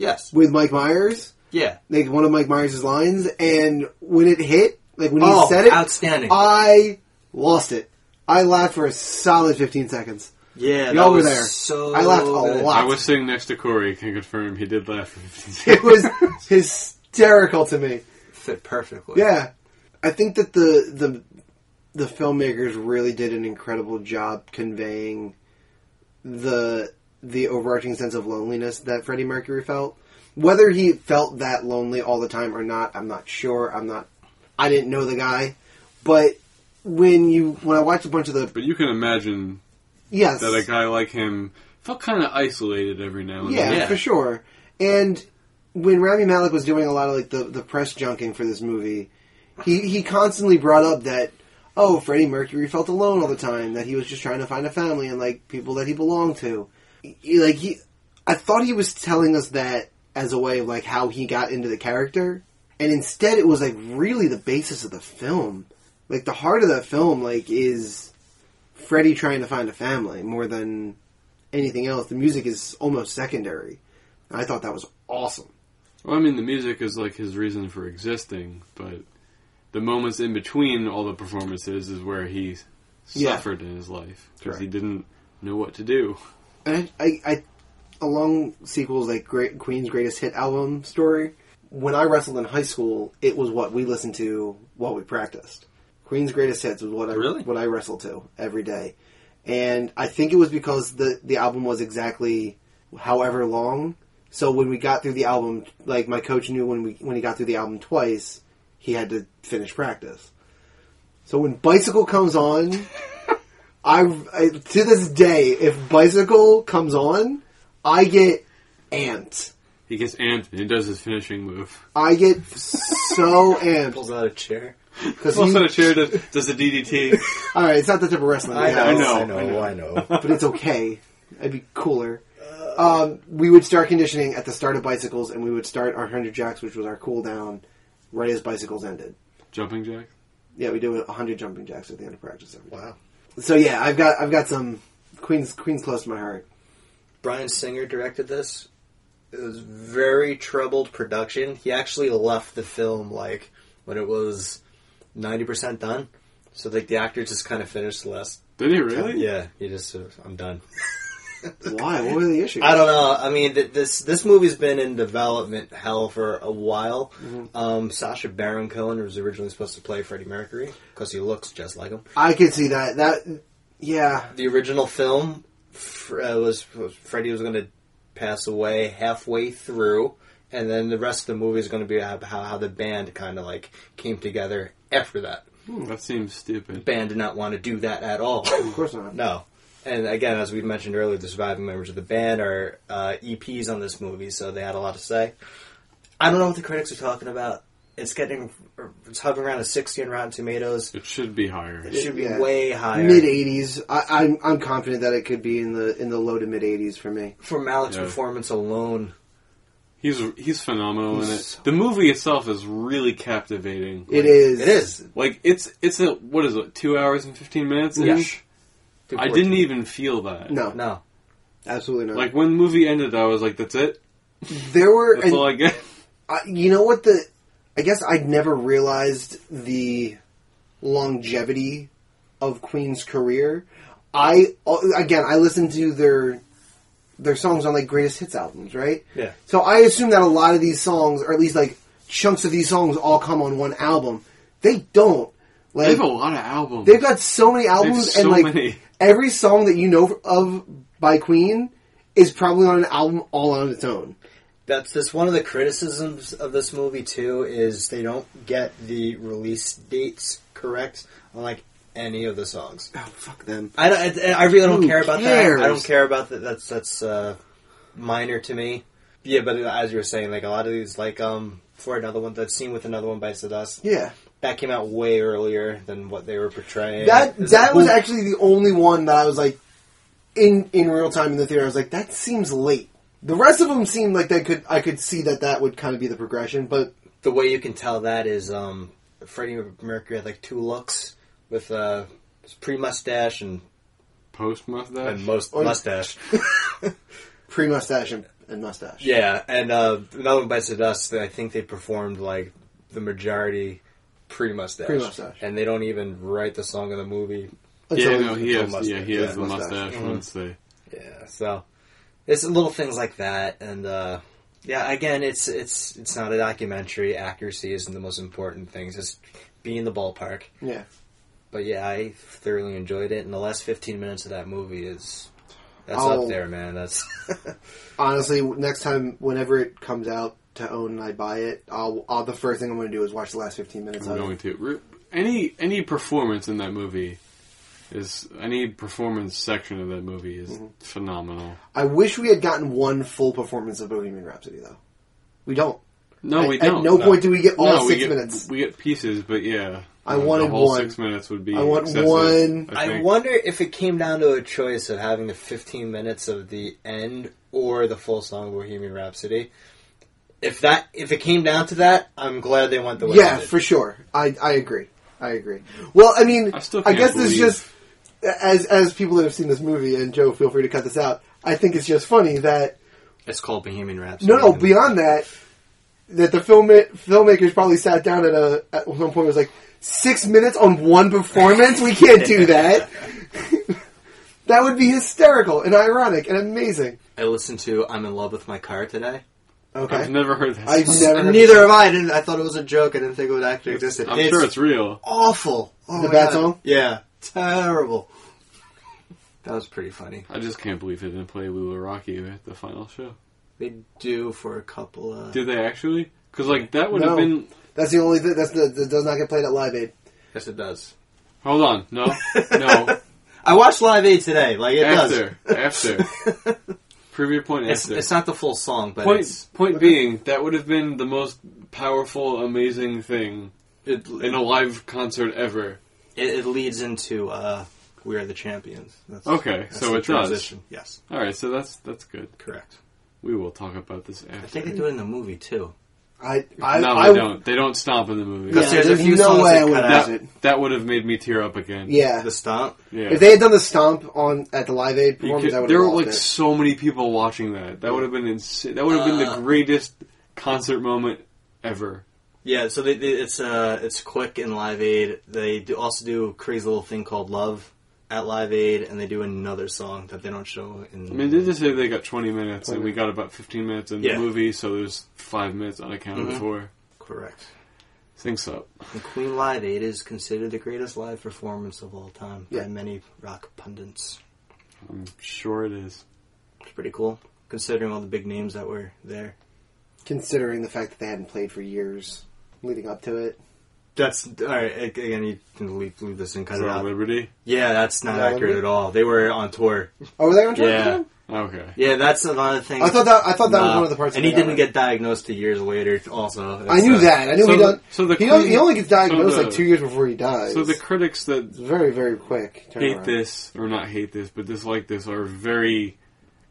S2: Yes,
S3: with Mike Myers,
S2: yeah.
S3: like one of Mike Myers' lines, and when it hit, like when he
S2: oh,
S3: said it,
S2: outstanding.
S3: I lost it. I laughed for a solid 15 seconds.
S2: yeah,
S3: y'all
S2: that
S3: were
S2: was
S3: there.
S2: So
S3: I laughed a
S2: good.
S3: lot.
S1: I was sitting next to Corey. Can confirm he did laugh for 15
S3: It
S1: seconds.
S3: was hysterical to me.
S2: Fit perfectly.
S3: Yeah, I think that the the the filmmakers really did an incredible job conveying the the overarching sense of loneliness that Freddie Mercury felt. Whether he felt that lonely all the time or not, I'm not sure. I'm not. I didn't know the guy, but when you when I watched a bunch of the
S1: But you can imagine
S3: yes,
S1: that a guy like him felt kind of isolated every now and
S3: Yeah,
S1: then.
S2: Yeah.
S3: for sure. And when Rami Malik was doing a lot of like the, the press junking for this movie, he, he constantly brought up that oh Freddie Mercury felt alone all the time, that he was just trying to find a family and like people that he belonged to. He- like he, I thought he was telling us that as a way of like how he got into the character, and instead it was like really the basis of the film. Like the heart of that film, like is Freddie trying to find a family more than anything else. The music is almost secondary. I thought that was awesome.
S1: Well, I mean, the music is like his reason for existing, but the moments in between all the performances is where he
S3: Yeah.
S1: suffered in his life because he
S3: Correct.
S1: didn't know what to do.
S3: And I, I, I along sequels like Great Queen's Greatest Hit album story. When I wrestled in high school, it was what we listened to while we practiced. Queen's Greatest Hits was what I
S2: Really?
S3: what I wrestled to every day, and I think it was because the the album was exactly however long. So when we got through the album, like my coach knew when we when he got through the album twice, he had to finish practice. So when bicycle comes on, I, I to this day, if bicycle comes on, I get amped.
S1: He gets amped and he does his finishing move.
S3: I get so amped
S2: Pulls out a chair.
S3: because
S1: Falls on a chair, does, does the DDT.
S3: all right, it's not the type of wrestling. we have,
S1: I know,
S2: I know,
S1: I know.
S2: I know.
S3: but it's okay. It'd be cooler. Um, we would start conditioning at the start of bicycles, and we would start our hundred jacks, which was our cool down, right as bicycles ended.
S1: Jumping jack?
S3: Yeah, we do hundred jumping jacks at the end of practice. Every wow. So yeah, I've got I've got some Queens Queens close to my heart.
S2: Brian Singer directed this. It was very troubled production. He actually left the film like when it was ninety percent done. So like the actor just kind of finished the last.
S1: Did he really?
S2: Yeah, he just uh, I'm done.
S3: Why? What were the issues?
S2: I don't know. I mean, th- this this movie's been in development hell for a while. Um, Sasha Baron Cohen was originally supposed to play Freddie Mercury because he looks just like him.
S3: I could see that. That yeah.
S2: the original film fr- uh, was, was Freddie was going to pass away halfway through, and then the rest of the movie is going to be how, how how the band kind of like came together after that.
S1: Hmm, That seems stupid.
S2: Band did not want to do that at all.
S3: Of course not.
S2: no, and again, as we mentioned earlier, the surviving members of the band are uh, EPs on this movie, so they had a lot to say. I don't know what the critics are talking about. It's getting, it's hovering around a 60 on Rotten Tomatoes.
S1: It should be higher.
S2: It should be
S3: Yeah.
S2: way higher.
S3: Mid eighties. I'm I'm confident that it could be in the in the low to mid eighties for me.
S2: From Malik's
S1: Yeah.
S2: performance alone,
S1: He's he's phenomenal in
S2: He's
S1: it.
S2: so-
S1: The movie itself is really captivating.
S3: It is.
S2: it is.
S1: Like it's it's a what is it? Two hours and fifteen minutes. ish. I didn't even feel that.
S3: No,
S2: No.
S3: absolutely not.
S1: Like when the movie ended, I was like, "That's it.
S3: there were,
S1: That's
S3: and
S1: all I get."
S3: I, you know what the? I guess I'd never realized the longevity of Queen's career. I uh, again, I listened to their their songs on like greatest hits albums, right?
S2: Yeah.
S3: So I assume that a lot of these songs, or at least like chunks of these songs, all come on one album. They don't.
S1: They
S3: Like
S1: have a lot of albums.
S3: They've got so many albums,
S1: so
S3: and like
S1: many.
S3: every song that you know of by Queen is probably on an album all on its own.
S2: That's this one of the criticisms of this movie too is they don't get the release dates correct on like any of the songs.
S3: Oh fuck them!
S2: I don't, I I really don't
S3: Who
S2: care about
S3: cares?
S2: that. I don't care about that. That's that's uh, minor to me. Yeah, but as you were saying, like a lot of these, like um, for another one, that scene with another one bites the dust
S3: Yeah,
S2: that came out way earlier than what they were portraying.
S3: that
S2: It's
S3: that
S2: like,
S3: was
S2: who-
S3: actually the only one that I was like in in real time in the theater. I was like, that seems late. The rest of them seemed like they could. I could see that that would kind of be the progression, but
S2: the way you can tell that is um, Freddie Mercury had like two looks with uh, pre mustache and,
S1: Post mustache.
S2: and most
S3: Oh, yeah.
S2: mustache.
S3: pre mustache and, and mustache.
S2: Yeah, and uh, another one bites the dust. I think they performed like the majority pre-mustache,
S3: Pre-mustache.
S2: and they don't even write the song of the movie.
S1: yeah,
S3: Until-
S1: no, he
S2: until
S1: has. Yeah, he
S2: mustache.
S1: has
S3: Yeah,
S1: the
S3: mustache. Mm-hmm.
S1: mustache. Once they.
S2: Yeah, so it's little things like that, and uh, yeah, again, it's it's it's not a documentary. Accuracy isn't the most important thing. It's just be in the ballpark.
S3: yeah.
S2: But yeah, I thoroughly enjoyed it, and the last fifteen minutes of that movie is that's
S3: Oh.
S2: up there, man. That's
S3: Honestly, next time, whenever it comes out to own and I buy it, I'll, I'll the first thing I'm going to do is watch the last 15 minutes
S1: I'm
S3: of it.
S1: going to. Re- Any any performance in that movie is any performance section of that movie is
S3: Mm-hmm.
S1: phenomenal.
S3: I wish we had gotten one full performance of Bohemian Rhapsody, though. We don't.
S1: No,
S3: At-
S1: we don't.
S3: At no, point do we get all
S1: No, we
S3: six
S1: get-
S3: minutes.
S1: We get pieces, but yeah,
S3: I
S1: the- the
S3: wanted
S1: whole
S3: one.
S1: Six minutes would be.
S3: I want
S1: excessive,
S3: one.
S1: I,
S2: I
S1: think.
S2: wonder if it came down to a choice of having the 15 minutes of the end or the full song of Bohemian Rhapsody. If that, if it came down to that, I'm glad they went the way.
S3: yeah,
S2: they did.
S3: for sure. I, I agree. I agree. Well, I mean,
S1: I
S3: I,
S1: still can't
S3: guess this
S1: believe-
S3: just as as people that have seen this movie and Joe, feel free to cut this out. I think it's just funny that
S2: it's called Bohemian Rhapsody.
S3: no, no. Beyond that, that the film filmmakers probably sat down at a at one point was like six minutes on one performance. We can't do that. that would be hysterical and ironic and amazing.
S2: I listened to "I'm in Love with My Car" today.
S1: I've
S3: Okay,
S1: never heard that.
S3: I've
S1: song.
S3: never.
S2: Neither have I. I, didn't, I thought it was a joke. I didn't think it would actually exist.
S1: I'm sure it's real.
S2: awful. Oh
S3: Is it
S2: my
S3: bad
S2: God.
S3: song?
S2: Yeah, terrible. That was pretty funny.
S1: I just can't believe they didn't play "We Will Rock You" at the final show.
S2: They do for a couple of.
S1: Did they actually? Because like that would
S3: No.
S1: have been.
S3: That's the only thing that's the, that does not get played at Live Aid.
S2: Yes, it does.
S1: Hold on, no, no.
S2: I watched Live Aid today. Like it does.
S1: after, after. Prove your point.
S2: It's,
S1: After.
S2: it's not the full song, but
S1: point.
S2: it's
S1: Point being, that would have been the most powerful, amazing thing
S2: it,
S1: in a live concert ever.
S2: it, it leads into uh, "We Are the Champions." That's,
S1: Okay,
S2: that's
S1: so
S2: the
S1: it does.
S2: transition. Yes,
S1: All right, so that's that's good.
S2: correct.
S1: We will talk about this
S2: I
S1: after.
S2: think they do it in the movie too.
S3: I, I,
S1: no,
S3: I
S1: they don't. They don't stomp in the movie.
S3: Yeah,
S2: Because there's a
S3: there's
S2: few
S3: no
S2: songs
S3: way
S2: that
S3: I would
S2: cut
S3: have
S2: out
S3: it.
S1: That, that would have made me tear up again.
S3: Yeah.
S2: the stomp.
S1: yeah.
S3: If they had done the stomp on at the Live Aid
S1: You
S3: performance,
S1: could-
S3: I would
S1: there
S3: have
S1: were
S3: lost
S1: like
S3: it.
S1: so many people watching that. That would have been insane. That would have been the
S2: Uh,
S1: greatest concert moment ever.
S2: Yeah, so they, they, it's uh, it's quick in Live Aid. They do also do a crazy little thing called "Love" at Live Aid, and they do another song that they don't show in.
S1: I mean, they just say they got 20 minutes, and we got about 15 minutes in
S2: Yeah.
S1: the movie, so there's five minutes unaccounted
S3: Mm-hmm.
S2: Mhm.
S1: for.
S2: correct.
S1: Thinks up.
S2: The Queen Live Aid is considered the greatest live performance of all time
S3: Yeah.
S2: by many rock pundits.
S1: I'm sure it is.
S2: It's pretty cool, considering all the big names that were there.
S3: Considering the fact that they hadn't played for years leading up to it,
S2: That's all right. Again, you can leave, leave this and cut it
S1: For
S2: out.
S1: Liberty?
S2: Yeah, that's not
S3: Is that
S2: accurate
S3: what it-
S2: at all. They were on tour.
S3: Oh, were they on track?
S2: Yeah.
S3: again?
S1: Okay.
S2: Yeah, that's another thing.
S3: I thought that I thought that was
S2: Nah.
S3: one of the parts.
S2: And
S3: that
S2: he didn't
S3: got right.
S2: get diagnosed two years later. Also,
S3: I knew that. I knew
S1: So
S3: he
S1: the-
S3: done.
S1: so the
S3: he, only,
S1: clean-
S3: he only gets diagnosed
S1: so the-
S3: like two years before he dies.
S1: So the critics that
S3: it's very very quick.
S1: hate
S3: turnaround.
S1: this, or not hate this, but dislike this, are very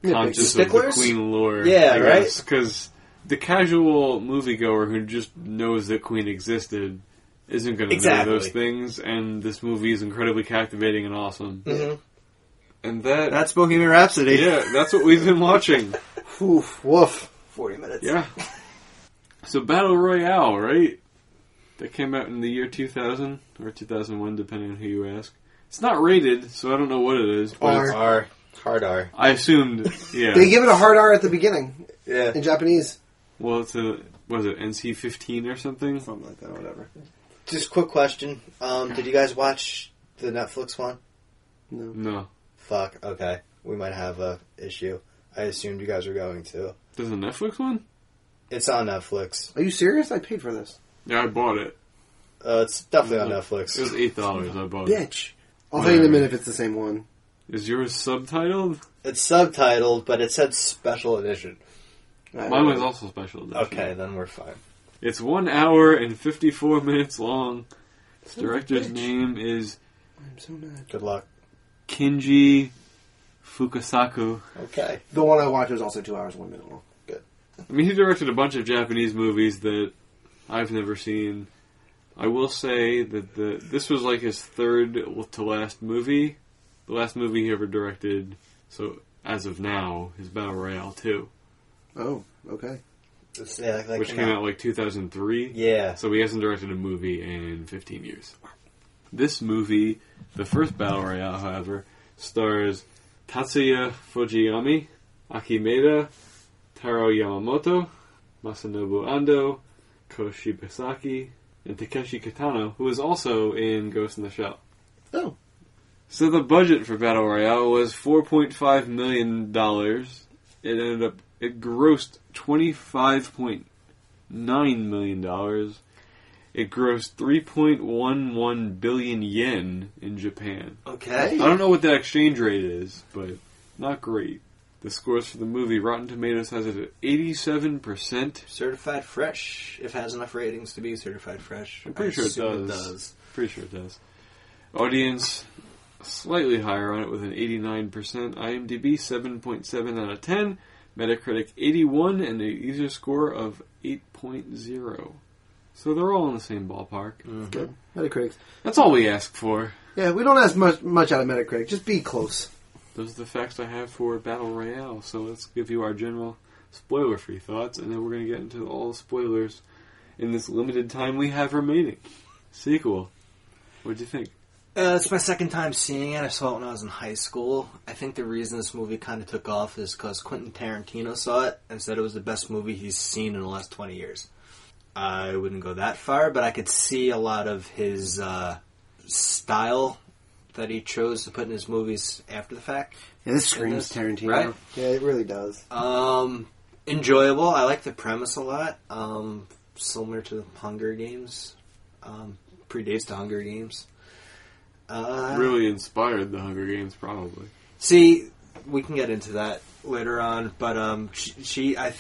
S3: Yeah,
S1: conscious
S3: big-
S1: of the
S2: sticklers?
S1: Queen lore.
S2: Yeah, right?
S1: Because the casual moviegoer who just knows that Queen existed isn't going to
S2: Exactly.
S1: know those things, and this movie is incredibly captivating and awesome.
S2: Mhm.
S1: And that,
S2: That's Bohemian Rhapsody.
S1: yeah, that's what we've been watching.
S3: Oof, woof.
S2: forty minutes.
S1: Yeah. So Battle Royale, right? That came out in the year 2000 or 2001, depending on who you ask. It's not rated, so I don't know what it is. But
S3: R.
S1: it's-
S2: R, hard R.
S1: I assumed, yeah.
S3: They give it a hard R at the beginning
S2: Yeah,
S3: in Japanese.
S1: Well, it's a was it NC fifteen or something?
S3: Something like that, whatever.
S4: Just quick question. Um, did you guys watch the Netflix one?
S3: No.
S1: No,
S4: Fuck. Okay, we might have a issue. I assumed you guys were going to.
S1: there's a Netflix one.
S4: It's on Netflix.
S3: Are you serious? I paid for this.
S1: Yeah, I bought it.
S4: Uh, it's definitely on
S1: Mhm. It was
S4: Netflix.
S1: eight dollars. I bought it.
S3: Bitch. I'll tell you in a minute if it's the same one.
S1: Is yours subtitled?
S4: It's subtitled, but it said special edition.
S3: Uh,
S1: Mine was also special. edition.
S4: Okay, then we're fine.
S1: It's one hour and fifty four minutes long. Its director's
S3: bitch.
S1: name is
S3: I'm so mad.
S4: Good luck.
S1: Kinji Fukasaku.
S4: Okay.
S3: The one I watched was also two hours, one minute long.
S1: I mean, he directed a bunch of Japanese movies that I've never seen. I will say that the this was like his third to last movie, the last movie he ever directed. So as of now, his Battle Royale two,
S3: Oh, okay.
S4: It's- yeah, that
S1: which came out like 2003.
S4: Yeah.
S1: So he hasn't directed a movie in 15 years. This movie, the first Battle Royale, however, stars Tatsuya Fujiyami, Akimeda, Taro Yamamoto, Masanobu Ando, Koshi Basaki, and Takeshi Kitano, who is also in Ghost in the Shell.
S3: Oh.
S1: So the budget for Battle Royale was 4.5 million dollars. It ended up it grossed 25.9 million dollars. It grossed 3.11 billion yen in Japan.
S2: Okay.
S1: I don't know what that exchange rate is, but not great. The scores for the movie Rotten Tomatoes has it at 87%.
S2: Certified fresh. If it has enough ratings to be certified fresh,
S1: I'm pretty
S2: I
S1: sure it
S2: assume
S1: does. Pretty sure it does. Audience slightly higher on it with an 89%. IMDb 7.7 out of 10. Metacritic 81 and a user score of 8.0. So they're all in the same ballpark.
S3: Good. Metacritic.
S1: That's all we ask for.
S3: Yeah, we don't ask much much out of Metacritic. Just be close.
S1: Those are the facts I have for Battle Royale. So let's give you our general spoiler free thoughts, and then we're going to get into all spoilers in this limited time we have remaining. Sequel. What'd you think?
S2: Uh, it's my second time seeing it. I saw it when I was in high school. I think the reason this movie kind of took off is because Quentin Tarantino saw it and said it was the best movie he's seen in the last 20 years. I wouldn't go that far, but I could see a lot of his uh, style that he chose to put in his movies after the fact.
S3: Yeah, this
S2: screams
S3: Tarantino.
S2: Right?
S3: Yeah, it really does.
S2: Um, enjoyable. I like the premise a lot. Um, similar to Hunger Games. Um, predates the Hunger Games. Uh,
S1: Really inspired the Hunger Games, probably.
S2: See, we can get into that later on, but um, she, she I'm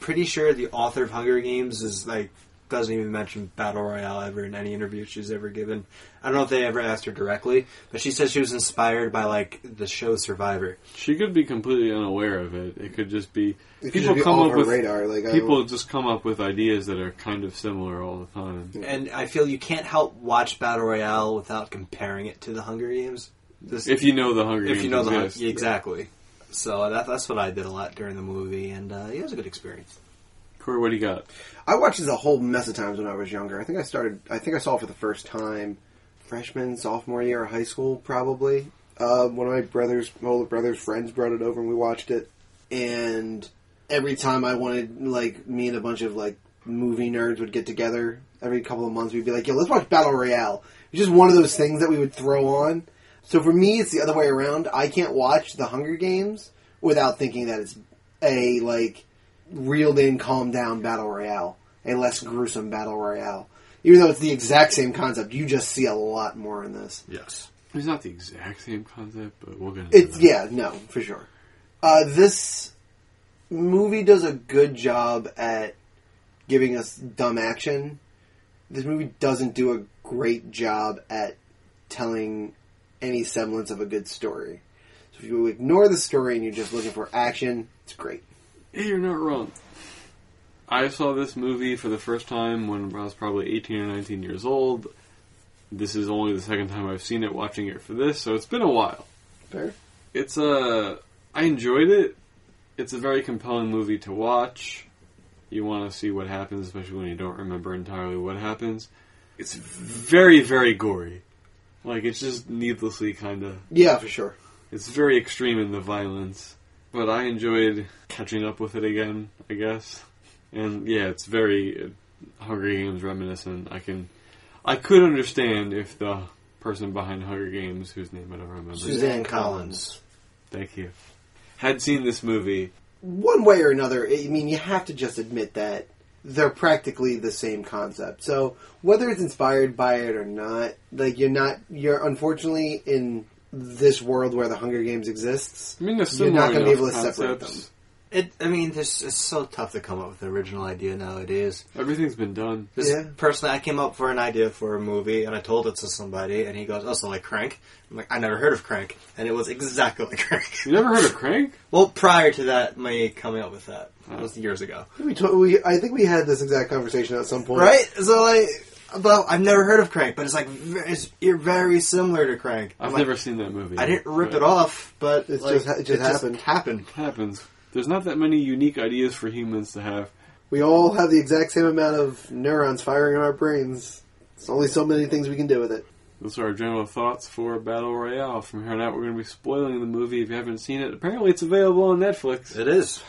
S2: pretty sure the author of Hunger Games is like doesn't even mention battle royale ever in any interview she's ever given. I don't know if they ever asked her directly, but she said she was inspired by like the show Survivor.
S1: She could be completely unaware of it. It could just be
S3: It
S1: people
S3: should be
S1: come up
S3: all over
S1: with
S3: radar. Like I
S1: people just come up with ideas that are kind of similar all the time.
S2: And I feel you can't help watch battle royale without comparing it to the Hunger Games. This,
S1: If you know the Hunger
S2: if
S1: Games
S2: you know the Hun-
S1: exist.
S2: yeah, exactly. So that, that's what I did a lot during the movie, and uh, yeah, it was a good experience.
S1: Corey, what do you got?
S3: I watched this a whole mess of times when I was younger. I think I started. I think I saw it for the first time freshman, sophomore year of high school, probably. Uh, one of my brothers, my older brother's friends, brought it over and we watched it. And every time I wanted, like, me and a bunch of like movie nerds would get together every couple of months. We'd be like, "Yo, let's watch Battle Royale." It's just one of those things that we would throw on. So for me, it's the other way around. I can't watch The Hunger Games without thinking that it's a like reeled in, calm down battle royale, a less gruesome battle royale. Even though it's the exact same concept, you just see a lot more in this.
S4: Yes.
S1: It's not the exact same concept, but we'll get into
S3: It's
S1: that.
S3: yeah, no, for sure. Uh, this movie does a good job at giving us dumb action. This movie doesn't do a great job at telling any semblance of a good story. So if you ignore the story and you're just looking for action, it's great.
S1: Yeah, you're not wrong. I saw this movie for the first time when I was probably 18 or 19 years old. This is only the second time I've seen it watching it for this, so it's been a while.
S3: Fair.
S1: It's uh, I enjoyed it. It's a very compelling movie to watch. You want to see what happens, especially when you don't remember entirely what happens. It's very, very gory. Like, it's just needlessly kind of
S3: Yeah, for sure.
S1: it's very extreme in the violence, but I enjoyed catching up with it again, I guess. And yeah, it's very uh, Hunger Games reminiscent. I can, I could understand if the person behind Hunger Games, whose name I don't remember,
S2: Suzanne Collins.
S1: thank you, had seen this movie.
S3: one way or another, I mean, you have to just admit that they're practically the same concept. So whether it's inspired by it or not, like you're not, you're unfortunately in this world where the Hunger Games exists.
S1: I mean, they're
S3: You're
S1: similar
S3: not gonna be
S1: enough
S3: able to separate
S1: concepts.
S2: It. I mean, this it's so tough to come up with an original idea nowadays.
S1: Everything's been done.
S2: This
S3: Yeah.
S2: personally, I came up for an idea for a movie, and I told it to somebody, and he goes, "Oh, so like Crank?" I'm like, "I never heard of Crank," and it was exactly like Crank.
S1: You never heard of Crank?
S2: well, prior to that, my coming up with that that was years ago,
S3: We, to- we, I think we had this exact conversation at some point,
S2: right? So like, well, I've never heard of Crank, but it's like ve- it's you're very similar to Crank. I'm
S1: I've
S2: like,
S1: never seen that movie.
S2: I didn't rip
S1: but
S2: it off, but
S3: It's
S2: like,
S3: just- it just happened.
S2: happened.
S1: Happens. There's not that many unique ideas for humans to have.
S3: We all have the exact same amount of neurons firing in our brains. There's only so many things we can do with it.
S1: Those are our general thoughts for Battle Royale. From here on out, we're going to be spoiling the movie if you haven't seen it. Apparently, it's available on Netflix.
S2: It is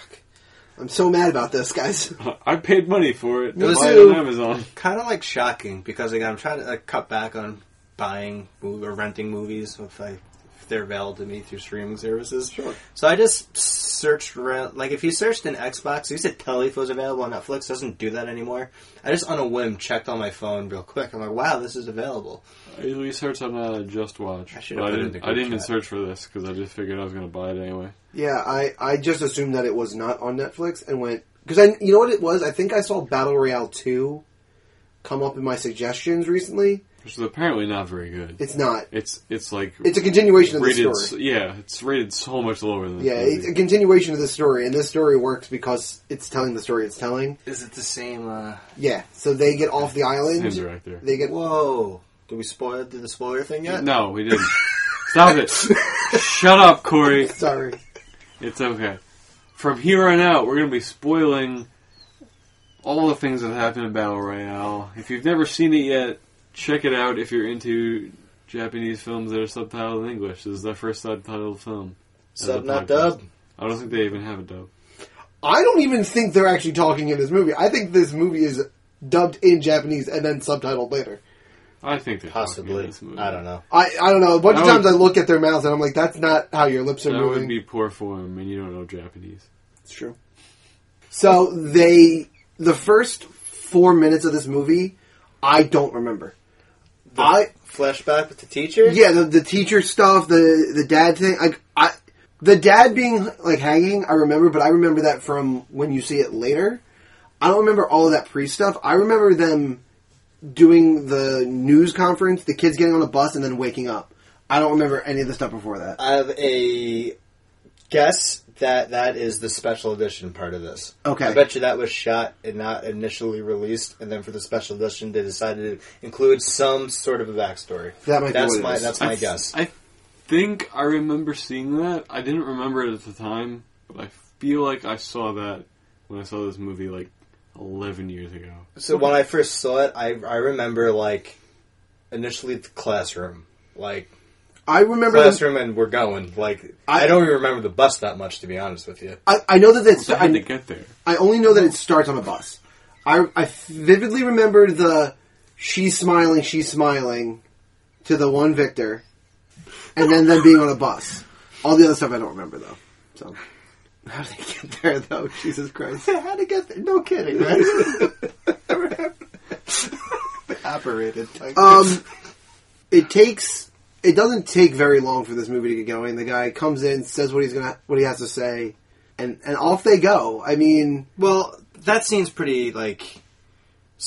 S3: I'm so mad about this, guys.
S1: I paid money for it.
S3: Me
S1: I buy
S3: too.
S1: it on Amazon.
S2: kind of like shocking because again, I'm trying to like, cut back on buying mov- or renting movies if I if they're available to me through streaming services.
S3: Sure.
S2: So I just searched around. Like if you searched in Xbox, it used to tell you if it was available on Netflix. Doesn't do that anymore. I just on a whim checked on my phone real quick. I'm like, wow, this is available.
S1: I usually search on uh, Just Watch.
S2: I should've
S1: but I
S2: put it in
S1: didn't,
S2: the
S1: I didn't even
S2: group chat.
S1: search for this because I just figured I was going to buy it anyway.
S3: Yeah, I, I just assumed that it was not on Netflix and went because I you know what it was. I think I saw Battle Royale two come up in my suggestions recently.
S1: Which is apparently not very good.
S3: It's not.
S1: It's it's like
S3: It's a continuation of the
S1: rated.
S3: story.
S1: s- Yeah, it's rated so much lower than.
S3: Yeah,
S1: the
S3: it's a continuation of the story, and this story works because it's telling the story it's telling.
S2: Is it the same? uh...
S3: Yeah, so they get off the
S1: Same
S3: island.
S1: director.
S3: They get
S2: Whoa! Did we spoil? Did the spoiler thing yet?
S1: No, we didn't. Stop it! Shut up, Corey.
S3: sorry.
S1: It's okay. From here on out, we're going to be spoiling all the things that happen in Battle Royale. If you've never seen it yet, check it out if you're into Japanese films that are subtitled in English. This is their first subtitled film. as a
S2: Sub not
S1: podcast.
S2: dub.
S1: I don't think they even have a dub.
S3: I don't even think they're actually talking in this movie. I think this movie is dubbed in Japanese and then subtitled later.
S1: I think they're talking in
S2: Possibly.
S1: This movie.
S2: I don't know.
S3: I, I don't know. A bunch of
S1: That
S3: times
S1: would-
S3: I look at their mouths and I'm like, that's not how your lips are
S1: That
S3: moving.
S1: would be poor form, and you don't know Japanese.
S3: It's true. So they the first four minutes of this movie, I don't remember. I
S2: Flashback with the teacher.
S3: yeah, the, the teacher stuff, the the dad thing, like I the dad being like hanging, I remember, but I remember that from when you see it later. I don't remember all of that pre stuff. I remember them doing the news conference, the kids getting on the bus and then waking up. I don't remember any of the stuff before that.
S2: I have a guess that that is the special edition part of this.
S3: Okay.
S2: I bet you that was shot and not initially released, and then for the special edition, they decided to include some sort of a backstory.
S3: That might be
S2: that's
S3: what it
S2: my
S3: is.
S2: that's
S1: I
S2: my
S1: th-
S2: guess.
S1: I think I remember seeing that. I didn't remember it at the time, but I feel like I saw that when I saw this movie like 11 years ago.
S2: So when I first saw it, I I remember like initially the classroom, like
S3: I remember them-
S2: classroom, and we're going. Like
S3: I-
S2: I, don't even remember the bus that much, to be honest with you.
S3: I, I know that that's
S1: So I had to get there.
S3: I only know that it starts on a bus. I, I vividly remember the she's smiling, she's smiling to the one Victor, and then them being on a bus. All the other stuff I don't remember though. So how did they get there though? Jesus Christ!
S2: How to get there? No kidding, right? separated. Like,
S3: Um, it takes. It doesn't take very long for this movie to get going. The guy comes in, says what he's gonna, what he has to say, and and off they go. I mean,
S2: well, that scene's pretty like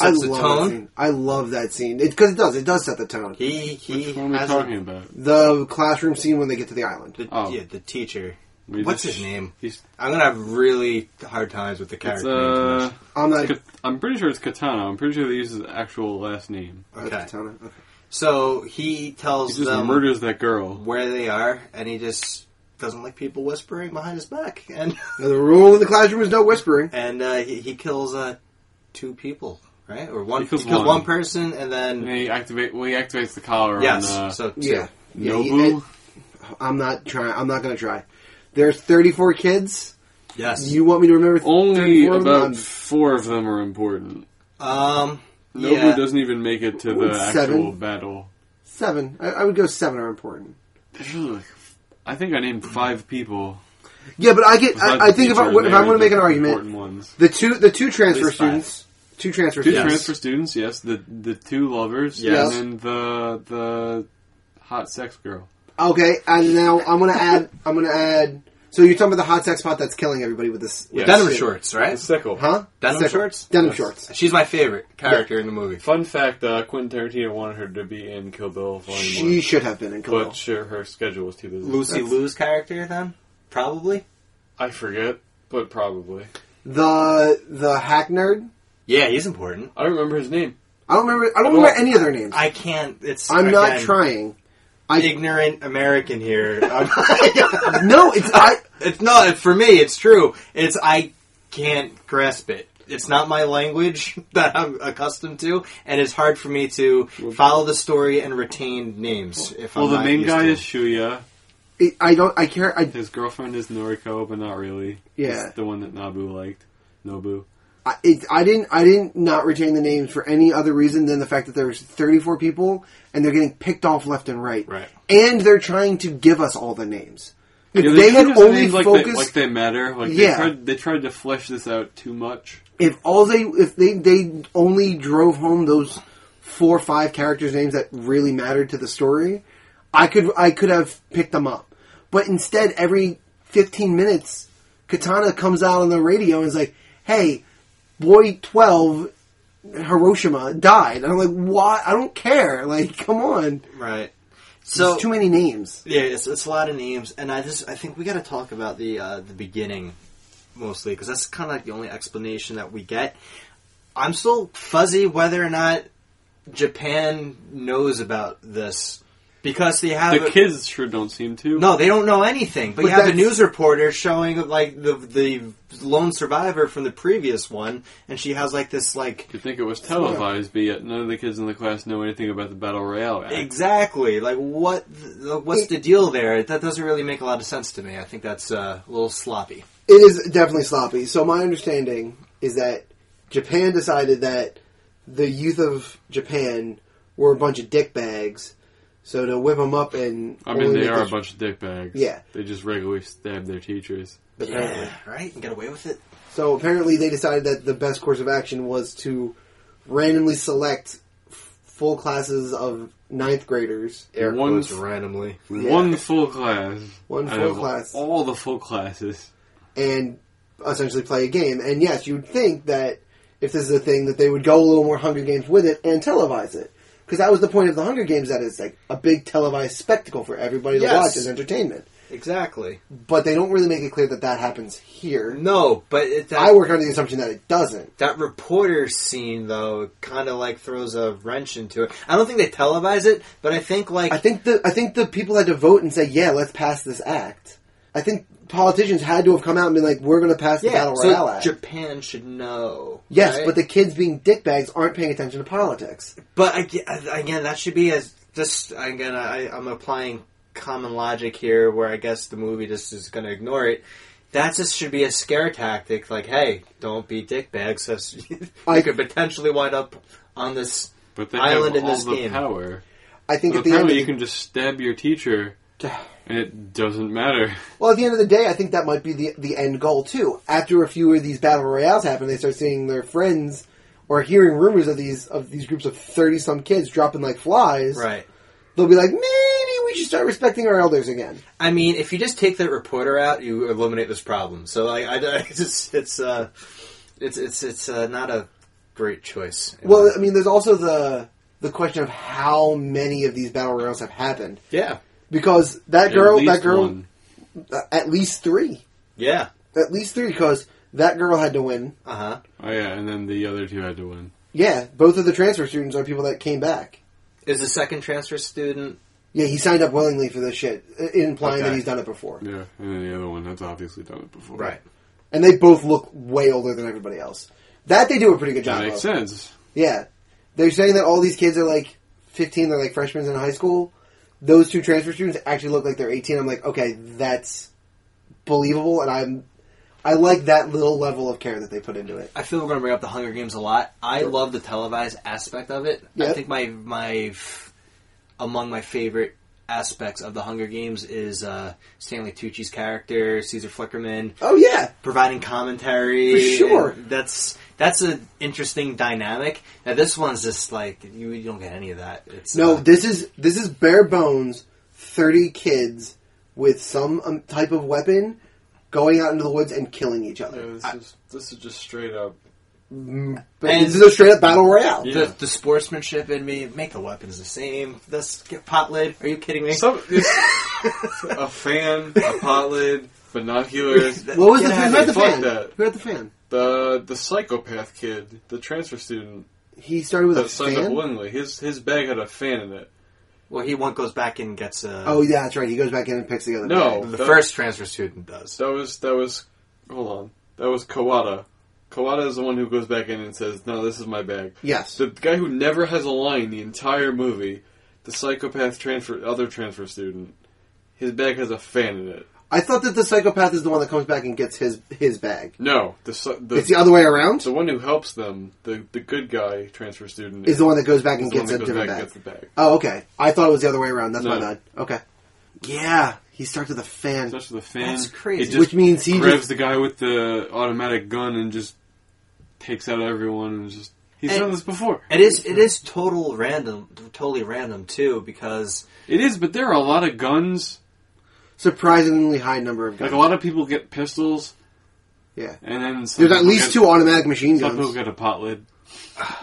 S3: I
S2: sets the
S3: love that
S2: tone.
S3: scene. I love that scene because it, does. It does set the tone.
S2: He he
S1: Which one are we
S2: has
S1: talking
S2: a,
S1: about?
S3: The classroom scene when they get to the island.
S2: the,
S1: Oh.
S2: yeah, the teacher.
S1: We
S2: What's
S1: just-
S2: his name?
S1: He's,
S2: I'm gonna have really hard times with the
S1: it's,
S2: character. names in
S1: uh,
S2: this.
S3: I'm not.
S1: it's Ka- I'm pretty sure it's Katana. I'm pretty sure they use his actual last name.
S2: okay.
S3: Katana, okay.
S2: So he
S1: He
S2: tells
S1: uh, just
S3: um,
S2: them
S1: murders that girl.
S2: where they are, and he just doesn't like people whispering behind his back, and
S3: Now, the rule in the classroom is no whispering.
S2: and uh, he, he kills uh, two people, right? Or one
S1: He kills
S2: kills
S1: one.
S2: one person, and then
S1: And then he activate. Well, he activates the collar
S2: yes,
S1: on uh,
S2: so two.
S3: Yeah. Yeah, he-
S1: Nobu.
S3: I'm not trying. I'm not gonna try. There's 34 kids.
S2: yes.
S3: You want me to remember
S1: Oh. Only
S3: 34 of them?
S1: about
S3: I'm-
S1: four of them are important.
S2: um,
S1: Nobu
S2: yeah.
S1: doesn't even make it to the
S3: Seven.
S1: actual battle.
S3: Seven. I, I would go seven are important.
S1: There's really, like, I think I named five people.
S3: Yeah, but I get.
S1: besides
S3: I, I
S1: the
S3: think if,
S1: teacher,
S3: I,
S1: and
S3: if
S1: they
S3: I'm
S1: were
S3: going to make
S1: the
S3: an argument,
S1: important ones.
S3: the two the two transfer
S2: least five.
S3: students, two transfer
S1: Two
S3: students,
S1: transfer students, yes. The the two lovers,
S3: Yes.
S1: and then the the hot sex girl.
S3: Okay, and now I'm going to add. I'm going to add. So you're talking about the hot sex pot that's killing everybody with this.
S1: Yes.
S3: with this
S2: denim
S3: shit.
S2: shorts, right?
S1: Sickle.
S3: huh?
S2: Denim
S3: Sickle.
S2: shorts?
S3: Denim
S1: Yes.
S3: shorts.
S2: She's my favorite character in the movie.
S1: Fun fact: uh, Quentin Tarantino wanted her to be in Kill Bill Volume
S3: She should have been
S1: One,
S3: in Khalil.
S1: but sure, her schedule was too busy.
S2: Lucy
S3: That's-
S2: Liu's character, then probably.
S1: I forget, but probably
S3: The the hack nerd.
S2: Yeah, he's important.
S1: I don't remember his name.
S3: I don't remember. I don't
S1: Well,
S3: remember any of their names. I,
S2: Oh. I can't. It's
S3: am not
S2: again,
S3: trying. I
S2: Ignorant American here. Um,
S3: no. It's I.
S2: it's not for me. It's true. It's I can't grasp it. It's not my language that I'm accustomed to, and it's hard for me to follow the story and retain names. If
S1: Well,
S2: I'm
S1: the
S2: not
S1: main
S2: used
S1: guy
S2: to.
S1: is Shuya.
S3: It, I don't. I care. I
S1: His girlfriend is Noriko, but not really.
S3: Yeah.
S1: He's the one that Nabu liked. Nobu.
S3: I, it, I didn't. I didn't not retain the names for any other reason than the fact that there's 34 people and they're getting picked off left and right.
S2: Right.
S3: And they're trying to give us all the names. If
S1: Yeah,
S3: they, had
S1: treat his
S3: only
S1: names like
S3: focused,
S1: they, like they matter. Like they
S3: Yeah.
S1: tried, they tried to flesh this out too much.
S3: if all they, if they, they only drove home those four or five characters' names that really mattered to the story, I could, I could have picked them up. But instead, every 15 minutes, Katana comes out on the radio and is like, "Hey, boy 12 Hiroshima died. And I'm like, why? I don't care. Like, come on.
S2: right.
S3: There's
S2: So
S3: too many names.
S2: Yeah, it's, it's a lot of names, and I just I think we got to talk about the uh, the beginning mostly because that's kind of like the only explanation that we get. I'm still fuzzy whether or not Japan knows about this because they have
S1: The
S2: a-
S1: kids sure don't seem to.
S2: no, they don't know anything. But,
S3: But
S2: you have a
S3: that's-
S2: news reporter showing like the the lone survivor from the previous one, and she has like this like
S1: You'd think it was televised, but yet none of the kids in the class know anything about the Battle Royale Act.
S2: Exactly. Like what? The, what's the deal there? That doesn't really make a lot of sense to me. I think that's uh, a little sloppy.
S3: It is definitely sloppy. So my understanding is that Japan decided that the youth of Japan were a bunch of dick bags. So to whip them up and
S1: I mean,
S3: only
S1: they
S3: make
S1: are a
S3: the-
S1: bunch of dickbags.
S3: Yeah.
S1: They just regularly stab their teachers.
S3: apparently.
S2: right. And get away with it.
S3: So apparently they decided that the best course of action was to randomly select f- full classes of ninth graders.
S1: Air One- quotes
S2: randomly.
S1: One full class.
S3: One
S1: out
S3: full
S1: of
S3: class.
S1: All the full classes.
S3: and essentially play a game. And yes, you'd think that if this is a thing, that they would go a little more Hunger Games with it and televise it. Because that was the point of the Hunger Games, that it's like a big televised spectacle for everybody to
S2: Yes.
S3: watch as entertainment.
S2: Exactly.
S3: But they don't really make it clear that that happens here.
S2: No, but it, that
S3: I work under the assumption that it doesn't.
S2: that reporter scene though kind of like throws a wrench into it. I don't think they televise it, but I think like
S3: I think the I think the people had to vote and say, "Yeah, let's pass this act." I think politicians had to have come out and been like, "We're going to pass the
S2: yeah,
S3: Battle
S2: so
S3: Royale Act."
S2: Japan should know.
S3: yes,
S2: right?
S3: but the kids being dickbags aren't paying attention to politics.
S2: But ag- again, that should be as just again. I, I'm applying common logic here, where I guess the movie just is going to ignore it. That just should be a scare tactic, like, "Hey, don't be dickbags." That's, you
S3: I-
S2: could potentially wind up on this.
S1: But they
S2: Island
S1: have
S2: in
S1: all
S2: this
S1: the
S2: game.
S1: power.
S3: I think
S1: But
S3: at the end of
S1: apparently
S3: the
S1: you can just stab your teacher and it doesn't matter.
S3: Well, at the end of the day, I think that might be the the end goal too. After a few of these battle royales happen, they start seeing their friends or hearing rumors of these of these groups of thirty some kids dropping like flies,
S2: Right.
S3: they'll be like, maybe we should start respecting our elders again.
S2: I mean, if you just take that reporter out, you eliminate this problem. So like, I, I it's it's uh, it's it's it's uh, not a great choice.
S3: Well, uh, I mean, there's also the the question of how many of these battle royals have happened
S2: yeah,
S3: because that girl,
S1: At
S3: that
S1: least
S3: girl,
S1: one.
S3: uh, at least three,
S2: yeah,
S3: at least three, because that girl had to win.
S2: uh huh.
S1: Oh yeah, and then the other two had to win.
S3: Yeah, both of the transfer students are people that came back.
S2: Is the second transfer student?
S3: Yeah, he signed up willingly for this shit, uh, implying that
S2: Okay.
S3: he's done it before.
S1: Yeah, and then the other one has obviously done it before.
S3: And they both look way older than everybody else. That they do a pretty good
S1: That
S3: job
S1: makes
S3: of.
S1: sense.
S3: Yeah. They're saying that all these kids are like 15, they're like freshmen in high school. Those two transfer students actually look like they're 18. I'm like, okay, that's believable, and I'm. I like that little level of care that they put into it.
S2: I feel we're going to bring up the Hunger Games a lot. I love the televised aspect of it. I
S3: Yep.
S2: think my my f- among my favorite aspects of the Hunger Games is uh, Stanley Tucci's character, Caesar Flickerman,
S3: Oh yeah,
S2: providing commentary.
S3: For sure.
S2: And that's that's an interesting dynamic. Now this one's just like you, you don't get any of that. It's
S3: no,
S2: uh,
S3: this is this is bare bones. Thirty kids with some um, type of weapon going out into the woods and killing each other.
S1: this is this is just straight up.
S3: Mm, But
S2: And-
S3: this is a straight up battle royale.
S1: Yeah.
S2: the, the sportsmanship in me make the weapons the same. This get pot lid. Are you kidding me?
S1: Some, it's- a fan, a pot lid, binoculars.
S3: What was
S2: Get
S3: the,
S2: out
S3: who
S2: of
S3: had
S1: here.
S3: the
S1: Fuck
S3: fan?
S1: that.
S3: Who had the fan?
S1: The the psychopath kid, the transfer student
S3: He started with a
S1: that signed up
S3: fan.
S1: willingly. His his bag had a fan in it.
S2: Well, he one goes back and gets a.
S3: Oh yeah, that's right. He goes back in and picks the other.
S1: No,
S2: the
S1: that-
S2: first transfer student does.
S1: That was that was. Hold on, that was Kawada. Kawada is the one who goes back in and says, "No, this is my bag."
S3: Yes.
S1: The guy who never has a line the entire movie, the psychopath transfer other transfer student, his bag has a fan in it.
S3: I thought that the psychopath is the one that comes back and gets his his bag.
S1: No, the so- the,
S3: It's the other way around.
S1: the one who helps them, the the good guy transfer student,
S3: Is the one that goes back and
S1: the one
S3: gets
S1: that
S3: a
S1: goes
S3: different
S1: back
S3: bag.
S1: and gets the bag.
S3: Oh, okay. I thought it was the other way around. That's my
S1: No.
S3: bad. Okay. Yeah, he starts with a fan,
S1: Especially the fan,
S2: That's crazy.
S1: It just
S3: which means he
S1: grabs
S3: just
S1: the guy with the automatic gun and just takes out everyone and just. He's
S2: And-
S1: done this before.
S2: It is. It is total random. Totally random too, because
S1: It is, but there are a lot of guns.
S3: surprisingly high number of guns.
S1: Like a lot of people get pistols,
S3: yeah,
S1: and then some
S3: there's at
S1: people
S3: least
S1: get-
S3: two automatic machine
S1: Some people
S3: guns.
S1: get a pot lid.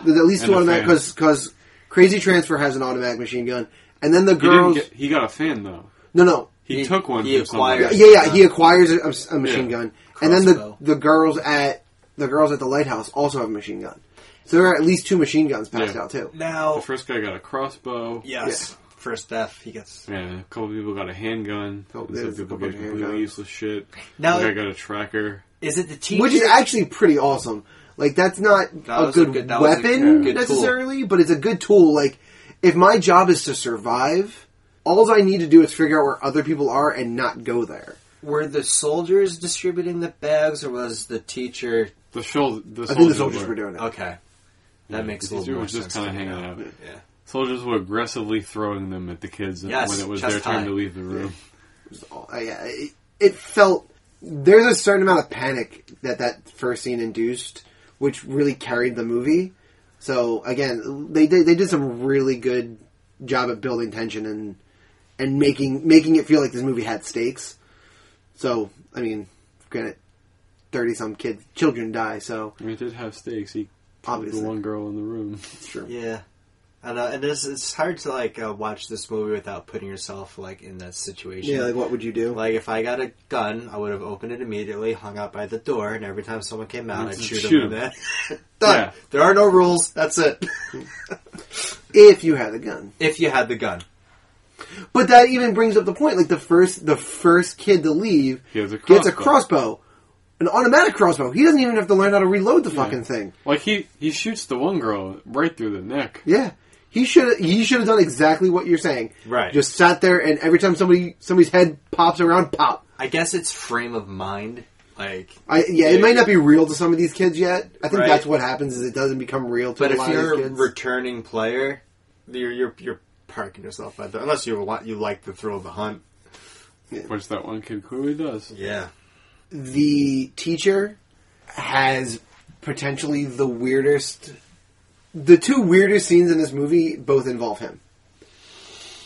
S3: There's at least
S1: and
S3: two
S1: a
S3: automatic
S1: fan.
S3: because because Crazy Transfer has an automatic machine gun, and then the
S1: He, didn't
S3: girls.
S1: get, he got a fan though.
S3: no, no,
S1: He,
S2: He-
S1: took one.
S2: he
S1: from somebody.
S2: acquired-
S3: yeah, yeah. He acquires a, a machine
S1: Yeah.
S3: gun, and then the
S2: Crossbow.
S3: the girls at the girls at the lighthouse also have a machine gun. So there are at least two machine guns passed
S1: Yeah.
S3: out too.
S1: The
S2: now,
S1: first guy got a crossbow.
S2: yes, first death he gets.
S1: Yeah, a couple people got a handgun.
S3: Couple-
S1: and some
S3: there's a
S1: people
S3: couple
S1: get
S3: of handguns.
S1: completely useless shit.
S2: Now-
S1: One guy got a tracker.
S2: Is it the teacher?
S3: Which is actually pretty awesome. Like that's not
S2: That
S3: a
S2: was a
S3: good,
S2: good- that was a
S3: weapon
S2: good tool.
S3: necessarily, but it's a good tool. Like if my job is to survive, all I need to do is figure out where other people are and not go there.
S2: were the soldiers distributing the bags, or was the teacher?
S1: The shoulder. The
S3: I think the soldiers were doing it.
S2: Okay, that makes a
S1: the
S2: little more
S1: was just kind
S2: sense.
S1: of
S2: to me
S1: hanging
S2: now.
S1: out.
S2: Yeah.
S1: Soldiers were aggressively throwing them at the kids
S2: Yes,
S1: when it was
S2: just
S1: their time
S2: high.
S1: to leave the room.
S3: all- Oh, I- I- it, it felt there's a certain amount of panic that that first scene induced, which really carried the movie. So again, they did, they did some really good job at building tension and and making making it feel like this movie had stakes. So I mean, granted, thirty some kids children die, so
S1: I mean, it did have stakes. He killed
S3: Obviously.
S1: the one girl in the room.
S3: it's true.
S2: Yeah. I know, and it's, it's hard to like uh, watch this movie without putting yourself like in that situation.
S3: Yeah, like what would you do?
S2: Like if I got a gun, I would have opened it immediately, hung out by the door, and every time someone came out, I'd
S1: Just
S2: shoot,
S1: shoot
S2: them.
S1: them.
S2: Done. There are no rules. That's it.
S3: if you had a gun.
S2: if you had the gun,
S3: But that even brings up the point. Like the first, the first kid to leave
S1: He has a
S3: gets a
S1: crossbow.
S3: crossbow, an automatic crossbow. He doesn't even have to learn how to reload the fucking thing.
S1: Like he he shoots the one girl right through the neck.
S3: Yeah, he should he should have done exactly what you're saying.
S2: Right.
S3: Just sat there, and every time somebody somebody's head pops around, pop.
S2: I guess it's frame of mind. Like,
S3: I, yeah, it might not be real to some of these kids yet. I think
S2: Right.
S3: that's what happens is it doesn't become real to
S2: but
S3: a
S2: if
S3: lot of
S2: you're
S3: these
S2: a
S3: kids.
S2: returning player, you're you're you're parking yourself by the unless you want you like the thrill of the hunt.
S1: Which that one kid clearly does.
S2: Yeah.
S3: the teacher has potentially the weirdest the two weirdest scenes in this movie both involve him.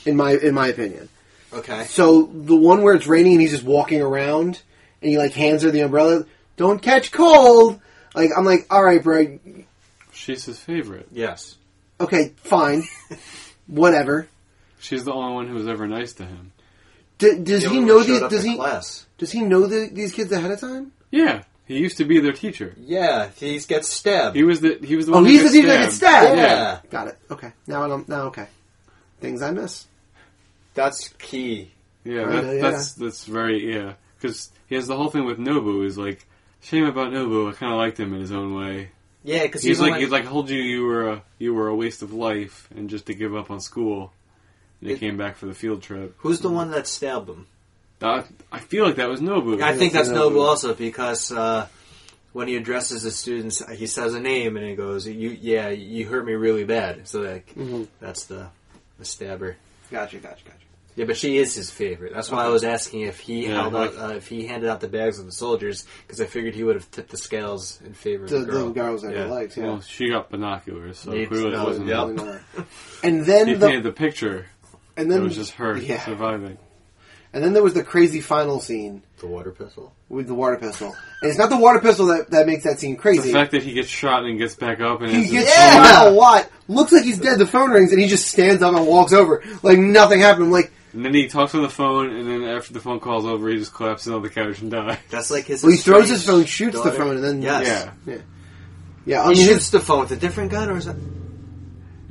S3: In my in my opinion.
S2: Okay.
S3: So the one where it's raining and he's just walking around and he like hands her the umbrella, don't catch cold. Like I'm like, all right, bro.
S1: She's his favorite.
S2: Yes.
S3: Okay, fine, whatever.
S1: She's the only one who was ever nice to him.
S3: D- does he
S2: only
S3: know
S2: one showed
S3: the,
S2: up
S3: Does
S2: in
S3: he
S2: Class.
S3: does he know the, these kids ahead of time?
S1: Yeah, he used to be their teacher.
S2: Yeah, he gets stabbed.
S1: He was the he was the
S3: Oh,
S1: one.
S3: he's
S1: who
S3: the teacher that gets stabbed.
S2: Yeah.
S3: Got it. Okay. Now I don't. Now okay. Things I miss.
S2: That's key.
S1: Yeah,
S3: Kinda,
S1: that,
S3: yeah.
S1: that's that's very yeah. Because he has the whole thing with Nobu. Is like shame about Nobu. I kind of liked him in his own way.
S2: Yeah, because
S1: He's, like he's like told you you were a, you were a waste of life and just to give up on school. And he
S2: It-
S1: came back for the field trip.
S2: who's the one that stabbed him?
S1: That, I feel like that was Nobu.
S2: I think
S3: that's
S2: that's
S3: Nobu.
S2: Nobu also because uh, when he addresses the students, he says a name and he goes, "You, yeah, you hurt me really bad." So like,
S1: Mm-hmm.
S2: that's the, the stabber.
S4: Gotcha, gotcha, gotcha.
S2: Yeah, but she is his favorite. That's why I was asking if he
S1: Yeah,
S2: held
S1: like-
S2: out, uh, if he handed out the bags of the soldiers because I figured he would have tipped the scales in favor of
S3: The,
S2: the,
S3: the
S2: girl.
S3: girls that
S2: yeah.
S3: he likes. Yeah.
S1: Well, she got binoculars, so
S2: Needs-
S1: clearly it
S2: no,
S1: wasn't.
S2: yep.
S1: him.
S3: Probably not. And
S1: He
S3: then the
S1: painted the picture.
S3: and
S1: It
S3: then
S1: was just her
S3: Yeah.
S1: surviving.
S3: And then there was the crazy final scene
S2: The water pistol.
S3: with the water pistol. And it's not the water pistol that, that makes that scene
S1: The
S3: crazy.
S1: fact that he gets shot and gets back up and
S3: He
S1: it's just-
S3: gets shot a lot. Looks like he's dead. The phone rings, and he just stands up and walks over like nothing happened. I'm like,
S1: and then he talks on the phone and then after the phone call's over he just collapses on the couch and dies.
S2: That's like his.
S3: well, he throws his phone,
S2: estranged
S3: shoots the
S2: daughter.
S3: phone, and then
S2: Yes.
S1: Yeah.
S3: yeah. I
S2: He
S3: mean,
S2: shoots
S3: it's-
S2: the phone with a different gun, or is that?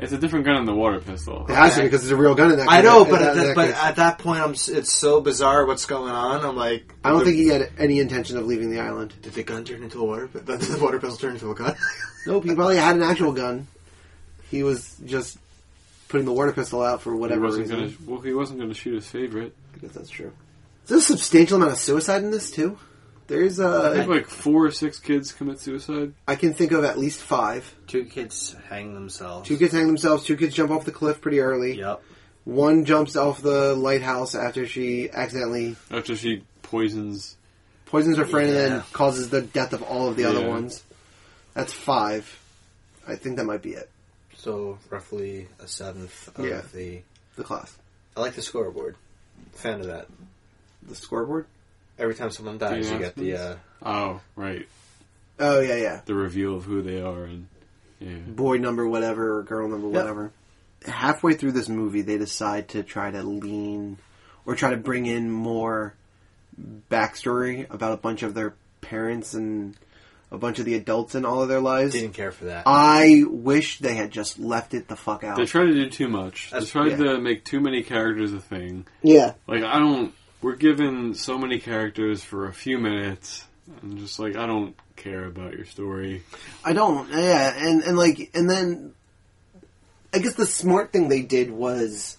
S1: It's a different gun than the water pistol.
S3: it has to because it's a real gun. In that
S2: I know, but
S3: that-
S2: at, that,
S3: that
S2: but
S3: case.
S2: at that point, I'm. s- It's so bizarre what's going on. I'm like,
S3: I don't
S2: the-
S3: think he had any intention of leaving the island.
S2: Did the gun turn into a water? pi- Did the water pistol turn into a gun?
S3: Nope, he probably had an actual gun. He was just putting the water pistol out for
S1: He
S3: whatever
S1: wasn't
S3: reason.
S1: gonna well he wasn't gonna shoot his favorite.
S3: I guess that's true. Is there a substantial amount of suicide in this too? There's
S1: I think
S3: uh,
S1: like four or six kids commit suicide.
S3: I can think of at least five.
S2: Two kids hang themselves.
S3: Two kids hang themselves. Two kids jump off the cliff pretty early.
S2: Yep.
S3: One jumps off the lighthouse after she accidentally
S1: After she poisons
S3: poisons her friend and then
S2: Yeah.
S3: causes the death of all of the other
S1: Yeah.
S3: ones. That's five. I think that might be it.
S2: So roughly a seventh of
S3: Yeah.
S2: the.
S3: The class,
S2: I like the scoreboard. Fan of that.
S3: the scoreboard.
S2: Every time someone dies,
S1: Yeah.
S2: you get the. Uh,
S1: Oh, right.
S3: Oh yeah, yeah.
S1: The reveal of who they are and yeah.
S3: boy number whatever or girl number whatever. Halfway through this movie, they decide to try to lean or try to bring in more backstory about a bunch of their parents and a bunch of the adults in all of their lives.
S2: didn't care for that.
S3: I wish they had just left it the fuck
S1: They
S3: out.
S1: tried to do too much. They
S2: Oh. That's-
S1: tried
S3: yeah.
S1: to make too many characters a thing.
S3: Yeah.
S1: Like I don't. We're given so many characters for a few minutes. I'm just like I don't care about your story.
S3: I don't. Yeah, and and like and then I guess the smart thing they did was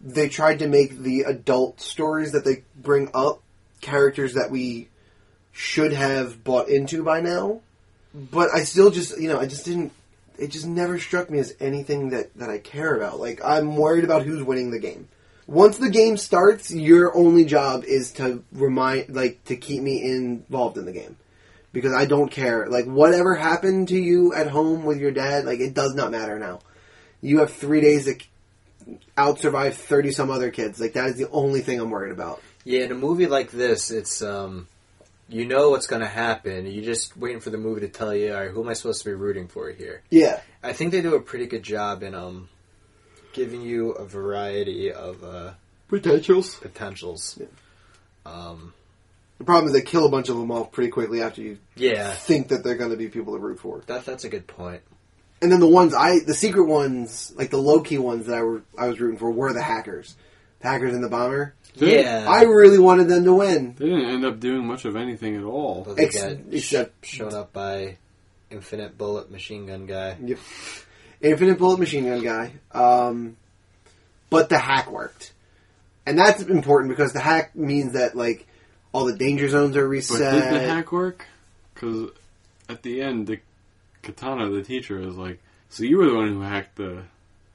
S3: they tried to make the adult stories that they bring up characters that we should have bought into by now. But I still just, you know, I just didn't it just never struck me as anything that that I care about. Like I'm worried about who's winning the game. Once the game starts, your only job is to remind like to keep me involved in the game because I don't care. Like whatever happened to you at home with your dad, like it does not matter now. You have three days to out survive thirty some other kids. Like that is the only thing I'm worried about.
S2: Yeah, in a movie like this, it's um, you know what's going to happen. You're just waiting for the movie to tell you, all right, who am I supposed to be rooting for here?
S3: Yeah,
S2: I think they do a pretty good job in um, giving you a variety of uh,
S3: potentials.
S2: potentials. Um,
S3: The problem is they kill a bunch of them off pretty quickly after you
S2: yeah,
S3: think that they're going to be people to root for.
S2: that that's a good point.
S3: And then the ones I, the secret ones, like the low key ones that I were I was rooting for were the hackers, the hackers and the bomber.
S1: They-
S2: yeah,
S3: I really wanted them to win.
S1: They didn't end up doing much of anything at all.
S2: Well, they
S3: Ex-
S2: got
S3: except-
S2: sh- shown up by infinite bullet machine gun guy.
S3: Yep. Infinite bullet machine gun guy. Um, but the hack worked. And that's important because the hack means that, like, all the danger zones are
S1: But
S3: reset.
S1: did the hack work? Because at the end, the katana, the teacher, is like, "So you were the one who hacked the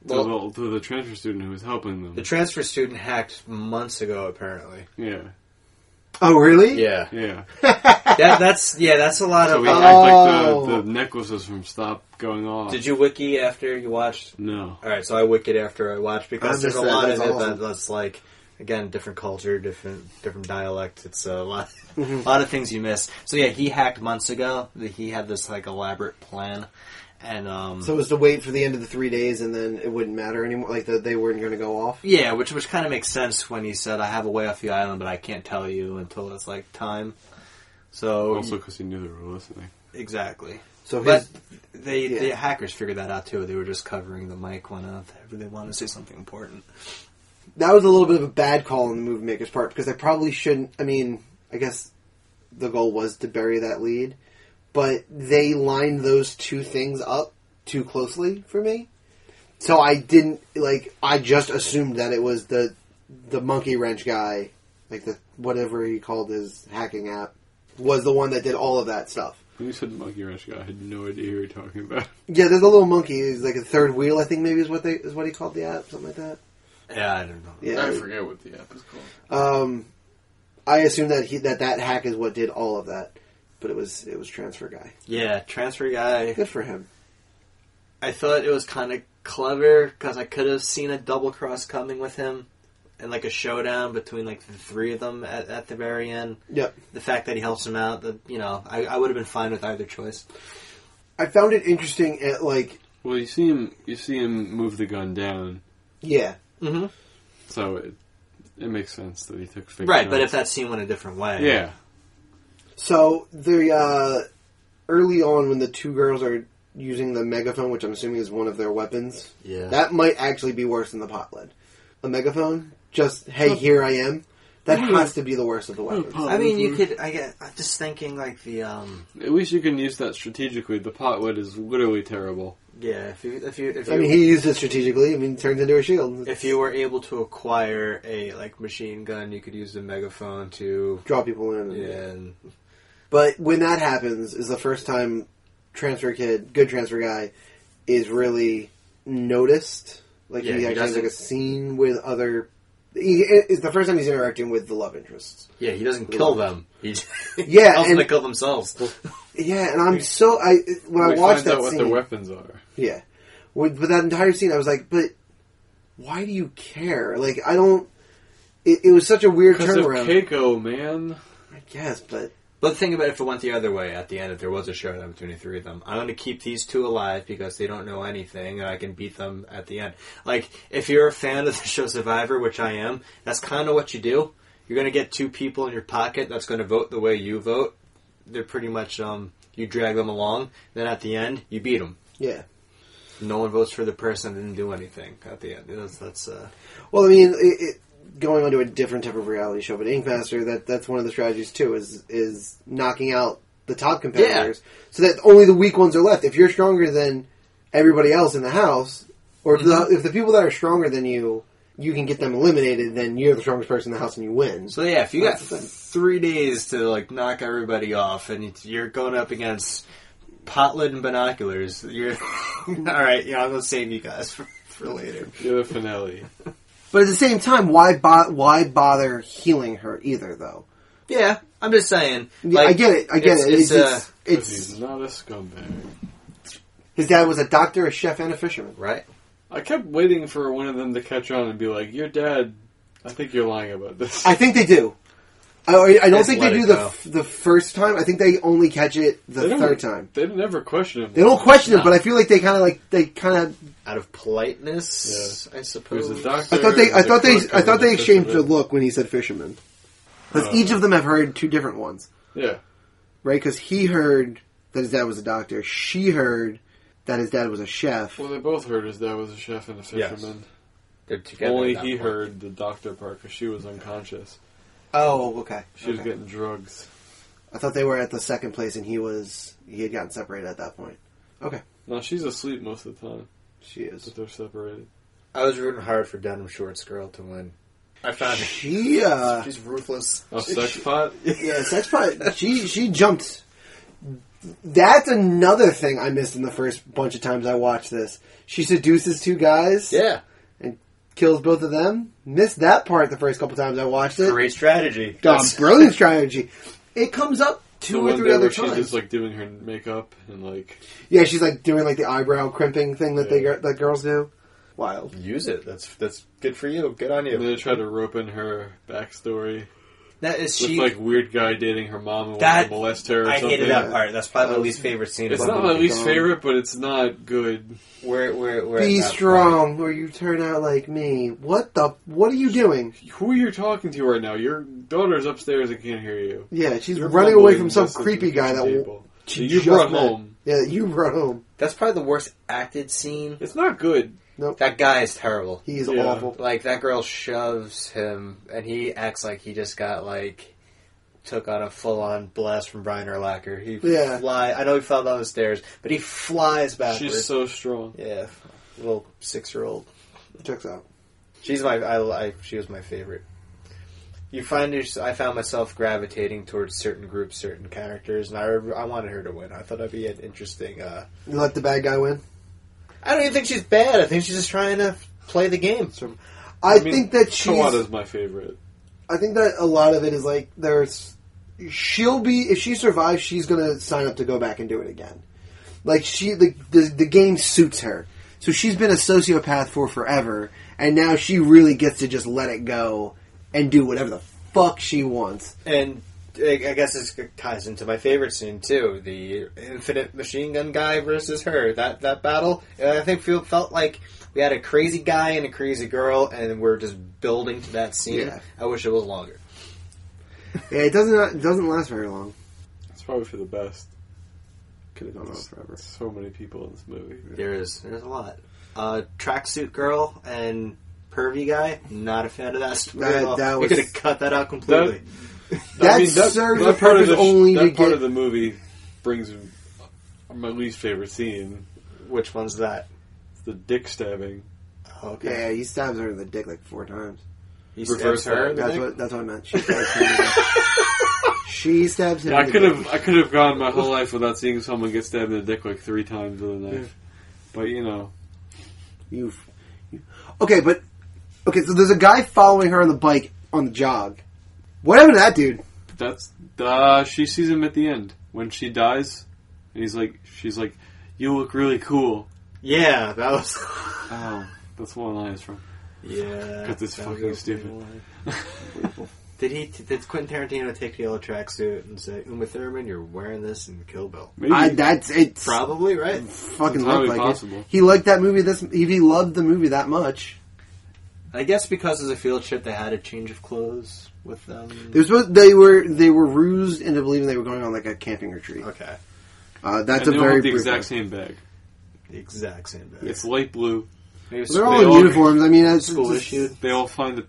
S1: to,
S2: Well-
S1: the, to the transfer student who was helping them."
S2: The transfer student hacked months ago, apparently.
S1: yeah,
S3: Oh, really?
S4: Yeah.
S1: Yeah.
S2: That, that's yeah. That's a lot
S1: So
S2: of.
S1: we
S2: uh,
S1: had like
S3: Oh.
S1: the, the necklaces from Stop Going Off.
S2: did you wiki after you watched?
S1: No.
S2: All right, so I wiki after I watched because
S3: I
S2: there's a
S3: missed that.
S2: lot
S3: That's
S2: of it
S3: awesome.
S2: that, that's like again different culture, different different dialect. It's a lot,
S3: Mm-hmm.
S2: a lot of things you miss. So yeah, he hacked months ago. The- He had this like elaborate plan, and um,
S3: So it was to wait for the end of the three days, and then it wouldn't matter anymore. Like the, they weren't going to go off.
S2: Yeah, which which kind of makes sense when he said, "I have a way off the island, but I can't tell you until it's like time." So
S1: Also because he knew they were listening.
S2: exactly,
S3: So
S2: but
S3: his,
S2: they
S3: yeah.
S2: the hackers figured that out too. They were just covering the mic whenever they wanted to say something important.
S3: that was a little bit of a bad call on the movie maker's part because they probably shouldn't. I mean, I guess the goal was to bury that lead, but they lined those two things up too closely for me. So I didn't like. I just assumed that it was the the monkey wrench guy, like the whatever he called his hacking app, was the one that did all of that stuff.
S1: When you said monkey wrench guy, I had no idea who you were talking about.
S3: Yeah, there's a little monkey. He's like a third wheel, I think maybe is what they is what he called the app, something like that.
S2: Yeah, I don't know.
S3: Yeah,
S5: I forget what the app is called.
S3: Um, I assume that he that that hack is what did all of that, but it was it was transfer guy.
S2: Yeah, transfer guy.
S3: Good for him.
S2: I thought it was kind of clever because I could have seen a double cross coming with him, and like a showdown between like the three of them at, at the very end.
S3: Yep.
S2: The fact that he helps him out, that you know, I, I would have been fine with either choice.
S3: I found it interesting at like
S1: Well, you see him. You see him move the gun down,
S3: yeah
S2: Mm-hmm.
S1: so it it makes sense that he took fake
S2: Right, but if
S1: shots.
S2: that scene went a different way,
S1: yeah,
S3: So the uh, early on when the two girls are using the megaphone, which I'm assuming is one of their weapons,
S2: Yeah.
S3: that might actually be worse than the pot lid. A megaphone, just hey, here I am. That has to be the worst of the weapons.
S1: pot-
S2: I mean, you could. I get. I'm just thinking like the um.
S1: at least you can use that strategically. The potwood is literally terrible.
S2: Yeah, if you if you if you,
S3: I mean, he used it strategically. I mean, it turns into a shield.
S2: if you were able to acquire a like machine gun, you could use the megaphone to
S3: draw people in,
S2: yeah. And,
S3: But when that happens, is the first time transfer kid, good transfer guy, is really noticed. Like
S2: Yeah,
S3: he
S2: he
S3: actually has like a
S2: doesn't-
S3: scene with other. He, it's the first time he's interacting with the love interests.
S2: yeah, he doesn't kill them. He
S3: Yeah,
S2: helps
S3: and-
S2: them to kill themselves.
S3: Yeah, and I'm so I when I
S1: we
S3: watched
S1: find out
S3: that
S1: what
S3: scene.
S1: their weapons are.
S3: yeah, with, with that entire scene, I was like, but why do you care? Like I don't. It, it was such a weird
S1: Because of
S3: turnaround.
S1: Keiko, man.
S3: I guess, but
S2: But think about if it went the other way at the end, if there was a showdown between the three of them. I'm going to keep these two alive because they don't know anything, and I can beat them at the end. Like, if you're a fan of the show Survivor, which I am, that's kind of what you do. You're going to get two people in your pocket that's going to vote the way you vote. They're pretty much, um, you drag them along. Then at the end, you beat them.
S3: yeah.
S2: No one votes for the person that didn't do anything at the end. That's, that's uh,
S3: Well, I mean, it, it, going on to a different type of reality show, but Ink Master, that that's one of the strategies too is is knocking out the top competitors so that only the weak ones are left. If you're stronger than everybody else in the house, or if,
S2: Mm-hmm.
S3: the, if the people that are stronger than you, you can get them eliminated, then you're the strongest person in the house and you win.
S2: So yeah, if you got
S3: That's the thing.
S2: three days to like knock everybody off, and it's- you're going up against potlet and binoculars, you're all right. Yeah, I'm gonna save you guys for, for later.
S1: You're the finale.
S3: but at the same time, why bo- why bother healing her either though?
S2: Yeah, I'm just saying.
S3: Yeah, I get it. I get
S2: it's-
S3: it. It's,
S2: It's, uh,
S3: it's,
S1: 'Cause
S3: it's-
S1: he's not a scumbag.
S3: his dad was a doctor, a chef, and a fisherman.
S2: uh, right.
S1: I kept waiting for one of them to catch on and be like, "Your dad, I think you're lying about this."
S3: I think they do. I, I don't
S2: Just
S3: think
S2: let
S3: they do
S2: it
S3: the
S2: go.
S3: f- the first time. I think they only catch it the
S1: They don't-
S3: third time.
S1: They never question him.
S3: They don't question it,
S2: No.
S3: but I feel like they kind of like they kind of.
S2: Out of politeness, I suppose.
S1: There's a doctor.
S3: I thought they I
S1: there's a
S3: thought they
S1: cook,
S3: I thought
S1: and there's
S3: they
S1: a
S3: exchanged a
S1: fisherman.
S3: look when he said fisherman because
S1: Oh.
S3: each of them have heard two different ones,
S1: Yeah,
S3: right? Because he heard that his dad was a doctor. She heard that his dad was a chef.
S1: well, they both heard his dad was a chef and a
S2: Yes.
S1: fisherman.
S2: They're together
S1: Only
S2: at that
S1: he
S2: point.
S1: heard the doctor part because she was unconscious.
S3: Oh, okay.
S1: She was getting drugs.
S3: I thought they were at the second place, and he was he had gotten separated at that point. Okay,
S1: Now she's asleep most of the time,
S3: she is.
S1: but they're separated.
S2: I was rooting hard for Denim Shorts girl to win. I found her.
S3: She uh,
S2: She's ruthless.
S1: Oh, sex pot.
S3: Yeah, sex pot. She she jumped. That's another thing I missed in the first bunch of times I watched this. She seduces two guys
S2: Yeah.
S3: and kills both of them. Missed that part the first couple times I watched it.
S2: Great strategy.
S3: God, brilliant strategy. It comes up
S1: the
S3: two or
S1: one
S3: three
S1: day
S3: other
S1: where she's
S3: times.
S1: just like doing her makeup and like
S3: yeah, she's like doing like the eyebrow crimping thing that they that girls do. Wild.
S4: Use it. That's that's good for you. Good on
S1: and
S4: you.
S1: then they try to rope in her backstory
S2: That is
S1: with
S2: she.
S1: like weird guy dating her mom and
S2: That-
S1: wants to molest her. Or
S2: I
S1: something.
S2: hated that part. That's probably my least favorite scene.
S1: It's
S2: of the
S1: not my
S2: movie.
S1: least
S3: dumb.
S1: favorite, but it's not good.
S2: Where, where, where
S3: Be
S2: that part.
S3: strong, or you turn out like me. What the? What are you doing?
S1: Who you're talking to right now? Your daughter's upstairs and can't hear you.
S3: Yeah, she's
S1: You're
S3: running away
S1: mumbling
S3: from some
S1: just into
S3: creepy
S1: the
S3: guy that
S1: kitchen
S3: will.
S1: table. that you brought home.
S3: Yeah, that you brought home.
S2: That's probably the worst acted scene.
S1: It's not good.
S2: That guy is terrible.
S3: He's
S1: Yeah.
S3: awful.
S2: Like that girl shoves him, and he acts like he just got like took on a full on blast from Brian Erlacher. He
S3: Yeah.
S2: fly. I know he fell down the stairs, but he flies backwards.
S1: She's so strong.
S2: yeah, little six year old.
S3: Checks out.
S2: She's my. I, I. She was my favorite. You find your, I found myself gravitating towards certain groups, certain characters, and I, I wanted her to win. I thought that'd be an interesting. Uh,
S3: You let the bad guy win.
S2: I don't even think she's bad. I think she's just trying to play the game.
S3: I,
S1: mean,
S3: think that she's.
S1: Kawada's my favorite.
S3: I think that a lot of it is like there's she'll be if she survives she's gonna sign up to go back and do it again. Like she the the, the game suits her. So she's been a sociopath for forever and now she really gets to just let it go and do whatever the fuck she wants.
S2: And I I guess this ties into my favorite scene too: the infinite machine gun guy versus her. That that battle, uh, I think, feel, felt like we had a crazy guy and a crazy girl, and we're just building to that scene.
S3: Yeah.
S2: I wish it was longer.
S3: Yeah, it doesn't it doesn't last very long.
S1: It's probably for the best.
S3: Could have gone on forever.
S1: So many people in this movie.
S2: There is there's a lot. Uh, tracksuit girl and pervy guy. Not a fan of that story.
S3: That-
S2: at all.
S3: that
S2: we
S3: was-
S2: could have cut that out completely.
S3: That serves the purpose
S1: of the,
S3: only
S1: that
S3: to
S1: part
S3: get-
S1: of the movie brings my least favorite scene.
S2: Which one's that?
S1: It's the dick stabbing.
S2: Okay,
S3: Yeah, he stabs her in the dick like four times.
S2: he
S1: Reverse
S2: stabs her. in the
S3: That's
S2: neck?
S3: what that's what I meant. She stabs him. in the- she stabs him.
S1: Yeah, I
S3: in the
S1: could
S3: dick.
S1: have I could have gone my whole life without seeing someone get stabbed in the dick like three times with a knife. But you know,
S3: You, you- okay, but okay. So there's a guy following her on the bike on the jog. What happened to that dude?
S1: that's uh, she sees him at the end when she dies, and he's like, she's like, "You look really cool."
S2: Yeah, that was.
S1: Oh, that's one line is from.
S2: Yeah,
S1: Cut this
S2: that
S1: fucking
S2: was a
S1: stupid.
S2: cool line. Did he? Did Quentin Tarantino take the yellow tracksuit and say, "Uma Thurman, you're wearing this in Kill Bill"?
S1: Maybe
S3: I, that's it.
S2: Probably right.
S3: Fucking
S1: entirely
S3: looked like
S1: possible.
S3: it. He liked that movie. This if he loved the movie that much.
S2: I guess because of the field trip, they had a change of clothes with them.
S3: They were, supposed, they were they were rused into believing they were going on like a camping retreat.
S2: Okay,
S3: Uh, that's
S1: and they
S3: a
S1: all
S3: very
S1: have the
S3: brief
S1: exact
S3: one.
S1: same bag.
S2: the exact same bag.
S1: It's light blue.
S2: Maybe
S3: They're
S1: They
S3: all
S1: all-
S3: in uniforms. I mean, that's
S2: school
S3: it's-
S2: issued.
S1: They all find that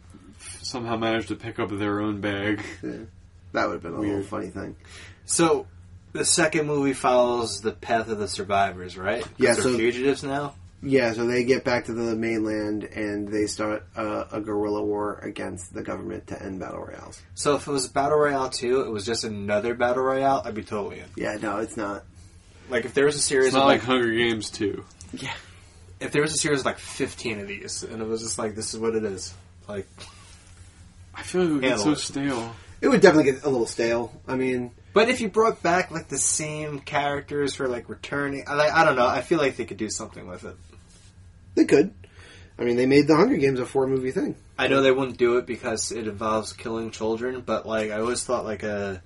S1: somehow manage to pick up their own bag.
S3: That would have been a little
S1: Weird.
S3: funny thing.
S2: So the second movie follows the path of the survivors, right? 'Cause
S3: Yeah,
S2: they're
S3: so-
S2: fugitives now.
S3: Yeah, so they get back to the mainland and they start uh, a guerrilla war against the government to end battle royales.
S2: So if it was battle royale two, it was just another battle royale. I'd be totally in.
S3: Yeah, no, it's not.
S2: Like if there was a series
S1: It's
S2: of
S1: not like
S2: like
S1: Hunger Games two.
S2: if there was a series of like 15 of these and it was just like this is what it is like
S1: I feel like it would get
S2: Handle
S1: so
S2: it.
S1: stale.
S3: It would definitely get a little stale. I mean,
S2: but if you brought back like the same characters for like returning I, like, I don't know i feel like they could do something with it
S3: they could. I mean, they made the Hunger Games a four movie thing.
S2: i know they wouldn't do it because it involves killing children but like i always thought like a,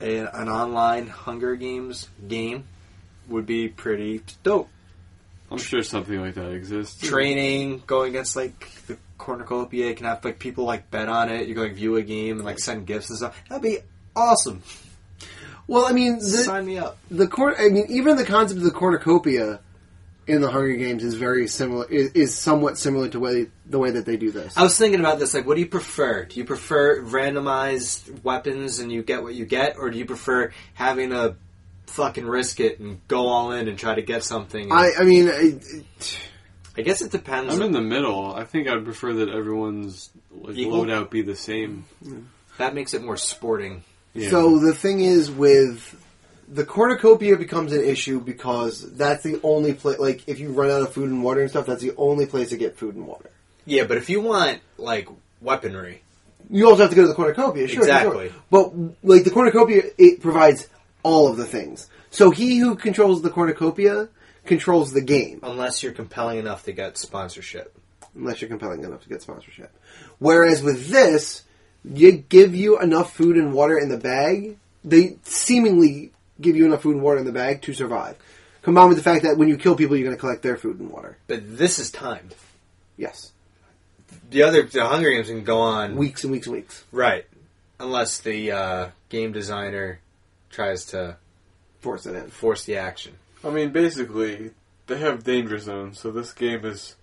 S2: a an online hunger games game would be pretty dope
S1: I'm sure something like that exists.
S2: training going against like the cornucopia you can have like people like bet on it you can like view a game and like send gifts and stuff that'd be awesome
S3: Well, I mean, the
S2: sign me up
S3: the cor- I mean, even the concept of the cornucopia in the Hunger Games is very similar. Is, is somewhat similar to way, the way that they do this.
S2: I was thinking about this. Like, what do you prefer? Do you prefer randomized weapons and you get what you get, or do you prefer having to fucking risk it and go all in and try to get something?
S3: I, I mean, I,
S2: I guess it depends.
S1: I'm in the middle. I think I'd prefer that everyone's like,
S2: Equal?
S1: loadout be the same.
S2: that makes it more sporting.
S1: Yeah.
S3: so the thing is with the cornucopia becomes an issue because that's the only place. Like, if you run out of food and water and stuff, that's the only place to get food and water.
S2: Yeah, but if you want like weaponry,
S3: You also have to go to the cornucopia, sure.
S2: Exactly.
S3: sure. But like the cornucopia, it provides all of the things. So he who controls the cornucopia controls the game,
S2: unless you're compelling enough to get sponsorship.
S3: unless you're compelling enough to get sponsorship. Whereas with this, you give you enough food and water in the bag. They seemingly give you enough food and water in the bag to survive. Combined with the fact that when you kill people, you're going to collect their food and water.
S2: But this is timed.
S3: Yes,
S2: The other the Hunger Games can go on
S3: weeks and weeks and weeks.
S2: right, unless the uh, game designer tries to
S3: Force it in.
S2: force the action.
S1: I mean, basically, they have danger zones, so this game is.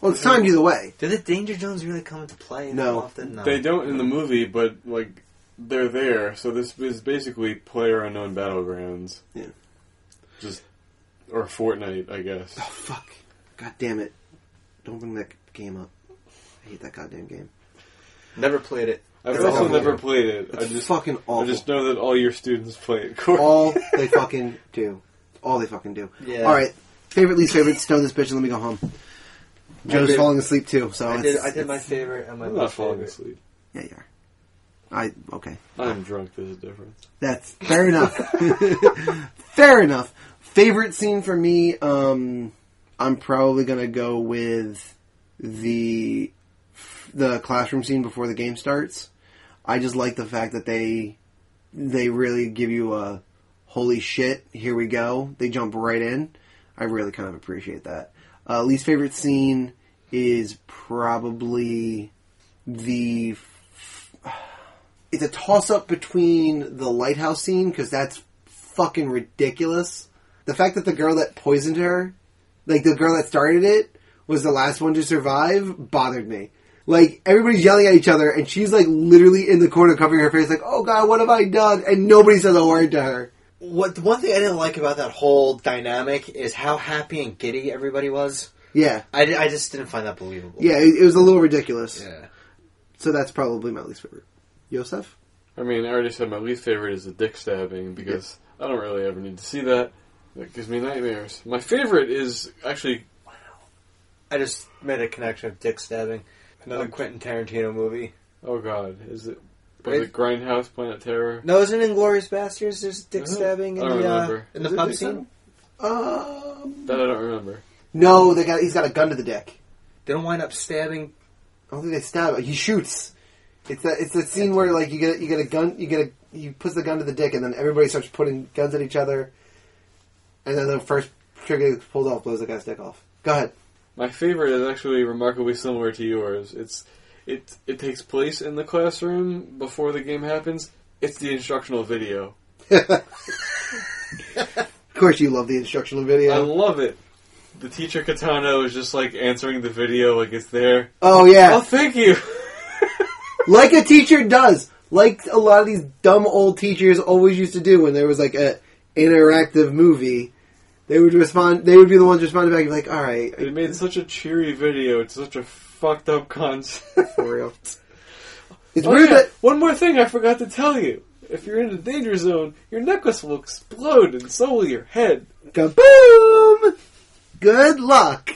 S3: Well, it's timed either way.
S2: Do the danger zones really come into play?
S3: No.
S2: often? no.
S1: They don't in the movie, but like they're there. So this is basically player unknown battlegrounds.
S3: Yeah.
S1: Just or Fortnite, I guess.
S3: Oh fuck! God damn it! Don't bring that game up. I hate that goddamn game.
S2: Never played it.
S1: I've
S3: It's
S1: also
S3: awful.
S1: never played it.
S3: It's
S1: I just
S3: fucking awful.
S1: I just know that all your students play it. Corey.
S3: all they fucking do. All they fucking do.
S2: Yeah.
S3: All right. Favorite, least favorite. Stone this bitch and let me go home. Joe's
S2: did-
S3: falling asleep too. So
S2: I
S3: it's,
S2: did. I did my favorite and my
S1: I'm not
S2: least
S1: falling
S2: favorite.
S1: asleep.
S3: Yeah, you are. I okay.
S1: I'm drunk. There's a difference.
S3: That's fair enough. fair enough. Favorite scene for me. Um, I'm probably gonna go with the the classroom scene before the game starts. I just like the fact that they they really give you a holy shit. Here we go. They jump right in. I really kind of appreciate that. Uh, least favorite scene is probably the it's a toss up between the lighthouse scene because that's fucking ridiculous. The fact that the girl that poisoned her, like the girl that started it, was the last one to survive bothered me. Like everybody's yelling at each other, and she's like literally in the corner covering her face, like "Oh God, what have I done?" And nobody says a word to her.
S2: What the one thing I didn't like about that whole dynamic is how happy and giddy everybody was.
S3: Yeah,
S2: I, di- I just didn't find that believable.
S3: yeah, it, it was a little ridiculous.
S2: Yeah.
S3: So that's probably my least favorite. Yosef,
S1: I mean, I already said my least favorite is the dick stabbing because I don't really ever need to see that. That gives me nightmares. My favorite is actually
S2: I just made a connection with dick stabbing. Um, Another Quentin Tarantino movie.
S1: oh god, is it was
S2: Wait.
S1: it Grindhouse Planet Terror?
S2: No, isn't Inglorious Bastards? There's dick
S1: Is it?
S2: stabbing in
S1: I don't
S2: the uh,
S1: remember.
S2: in the
S3: Is it
S2: pub
S3: dick
S2: scene.
S3: stabbing? um,
S1: That I don't remember.
S3: no, they got he's got a gun to the dick.
S2: They don't wind up stabbing.
S3: I don't think they stab. He shoots. It's that. It's that scene where like you get you get a gun. You get a you puts the gun to the dick, and then everybody starts putting guns at each other. And then the first trigger that's pulled off blows the guy's dick off. Go ahead.
S1: My favorite is actually remarkably similar to yours. It's it it takes place in the classroom before the game happens. It's the instructional video.
S3: Of course, you love the instructional
S1: I
S3: video.
S1: love it. The teacher Katano is just like answering the video like it's there.
S3: oh
S1: Oh,
S3: yeah,
S1: thank you.
S3: like a teacher does. Like a lot of these dumb old teachers always used to do when there was like a interactive movie. They would respond. They would be the ones responding back. Like, all right,
S1: They made such a cheery video. It's such a fucked up concept.
S3: for real. It's
S1: Oh,
S3: weird
S1: yeah,
S3: that
S1: One more thing I forgot to tell you. If you're in the danger zone, your necklace will explode and so will your head.
S3: Kaboom! Good luck.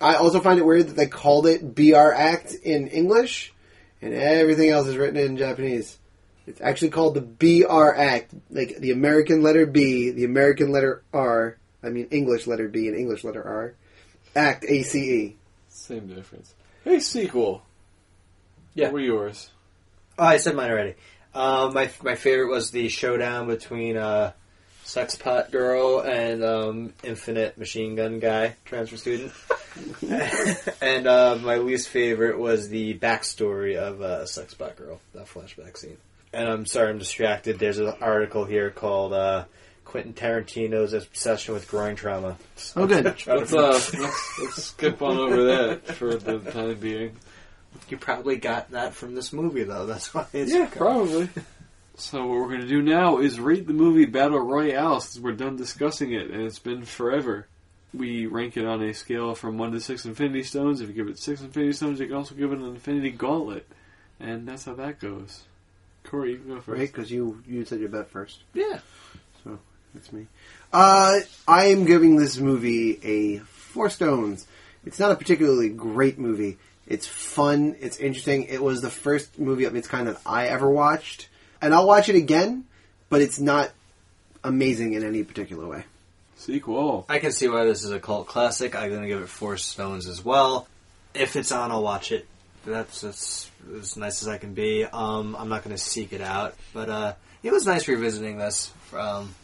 S3: I also find it weird that they called it BR Act in English, and everything else is written in Japanese. It's actually called the BR Act, like the American letter B, the American letter R. I mean English letter B and English letter R. Act A C E.
S1: Same difference. Hey, sequel.
S2: Yeah.
S1: What were yours?
S2: Oh, I said mine already. Uh, my my favorite was the showdown between uh, Sex Pot Girl and um, Infinite Machine Gun Guy, transfer student. and uh, my least favorite was the backstory of uh, Sex Pot Girl, that flashback scene. And I'm sorry, I'm distracted. There's an article here called uh, Quentin Tarantino's Obsession with Groin Trauma.
S3: Oh, good.
S2: Try to-
S1: Let's, uh, let's, let's skip on over that for the time being.
S2: You probably got that from this movie, though. That's why it's
S1: probably. So what we're going to do now is rate the movie Battle Royale since we're done discussing it and it's been forever. We rank it on a scale from 1 to 6 Infinity Stones. If you give it 6 Infinity Stones, you can also give it an Infinity Gauntlet. And that's how that goes. Corey, you can go first.
S3: Right? Because you you said your bet first.
S2: Yeah.
S3: That's me. Uh, I am giving this movie a four stones. It's not a particularly great movie. It's fun. It's interesting. It was the first movie of its kind that I ever watched, and I'll watch it again. But it's not amazing in any particular way.
S1: Sequel.
S2: I can see why this is a cult classic. I'm gonna give it four stones as well. If it's on, I'll watch it. That's, that's as nice as I can be. Um, I'm not gonna seek it out, but uh, it was nice revisiting this. Um,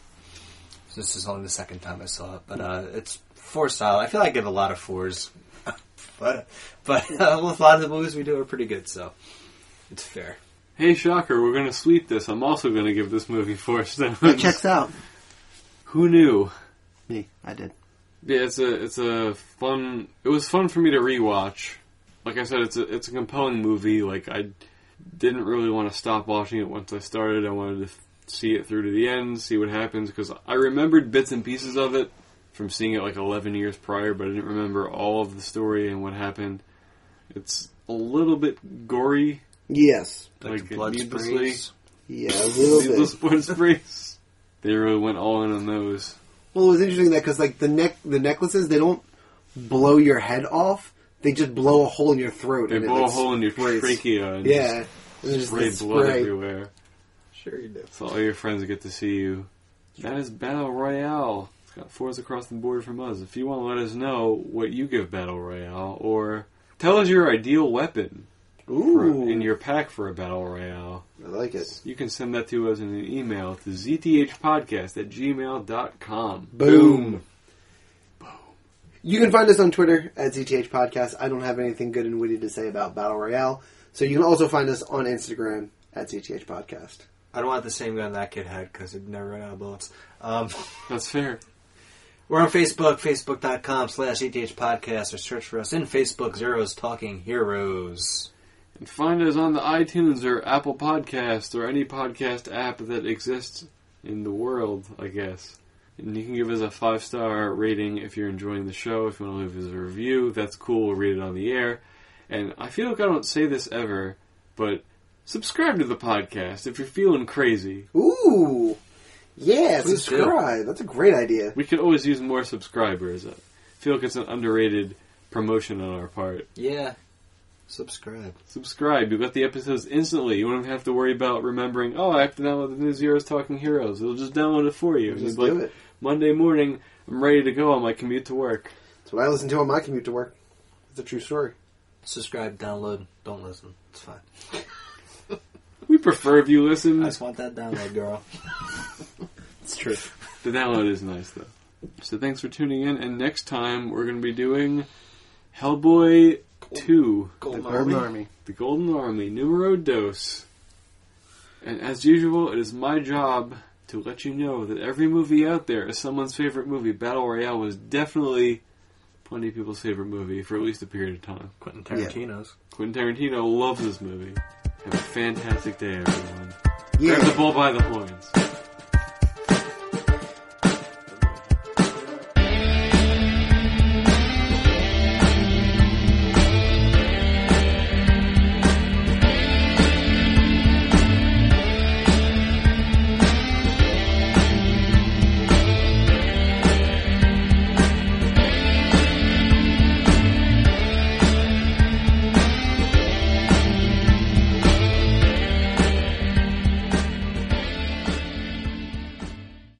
S2: this is only the second time I saw it, but uh, it's four solid. I feel like I give a lot of fours, but but uh, a lot of the movies we do are pretty good, so it's fair.
S1: Hey, shocker! We're gonna sweep this. I'm also gonna give this movie four stones.
S3: It checks out.
S1: Who knew?
S3: Me, I did.
S1: Yeah, it's a it's a fun. It was fun for me to rewatch. Like I said, it's a it's a compelling movie. Like I didn't really want to stop watching it once I started. I wanted to f- see it through to the end, see what happens because I remembered bits and pieces of it from seeing it like 11 years prior, but I didn't remember all of the story and what happened. It's a little bit gory,
S3: Yes.
S1: like,
S2: the blood
S1: needlessly.
S2: sprays.
S3: Yeah, a little bit.
S1: Needless blood sprays. They really went all in on those.
S3: Well, it was interesting that because like the neck, the necklaces, they don't blow your head off; they just blow a hole in your throat.
S1: They
S3: and it,
S1: blow a
S3: like,
S1: hole in your
S3: sprays.
S1: trachea and
S3: Yeah, and
S1: just
S3: there's
S1: spray blood
S3: just the spray.
S1: everywhere.
S2: Sure you do.
S1: So all your friends get to see you. That is Battle Royale. It's got fours across the board from us. If you want to let us know what you give Battle Royale, or tell us your ideal weapon for,
S3: Ooh,
S1: in your pack for a Battle Royale,
S3: I like it.
S1: you can send that to us in an email to zthpodcast at gmail.com.
S3: Boom. You can find us on Twitter at ZTH Podcast. I don't have anything good and witty to say about Battle Royale, so you can also find us on Instagram at ZTH Podcast.
S2: I don't want the same gun that kid had because it never ran out of bullets. Um,
S1: That's fair.
S2: We're on Facebook, facebook.com slash ETH Podcast, or search for us in Facebook, Zeros Talking Heroes.
S1: And find us on the iTunes or Apple Podcast or any podcast app that exists in the world, I guess. And you can give us a five star rating if you're enjoying the show. If you want to leave us a review, that's cool. We'll read it on the air. And I feel like I don't say this ever, but subscribe to the podcast if you're feeling crazy.
S3: Ooh, yeah,
S2: Please do.
S3: subscribe. That's a great idea.
S1: We could always use more subscribers. I feel like it's an underrated promotion on our part.
S2: Yeah. Subscribe.
S1: Subscribe. You got the episodes instantly. You won't have to worry about remembering. Oh, I have to download the new Zero's Talking Heroes. It'll just download it for you. And
S3: Just
S1: you'll be
S3: do
S1: like,
S3: it.
S1: Monday morning, I'm ready to go on my commute to work.
S3: That's what I listen to on my commute to work. It's a true story.
S2: Subscribe, download, don't listen. It's fine.
S1: We prefer if you
S2: I
S1: listen.
S2: just want that download, girl.
S3: It's true.
S1: The download is nice though. So thanks for tuning in. And next time we're going to be doing Hellboy Two.
S3: The
S2: Golden
S3: Golden
S2: Army.
S3: Army.
S1: The Golden Army, numero dos. And as usual, it is my job to let you know that every movie out there is someone's favorite movie. Battle Royale was definitely plenty of people's favorite movie for at least a period of time.
S2: Quentin
S3: Tarantino's.
S1: Quentin Tarantino loves this movie. Have a fantastic day, everyone.
S3: Yeah.
S1: Grab the bull by the horns.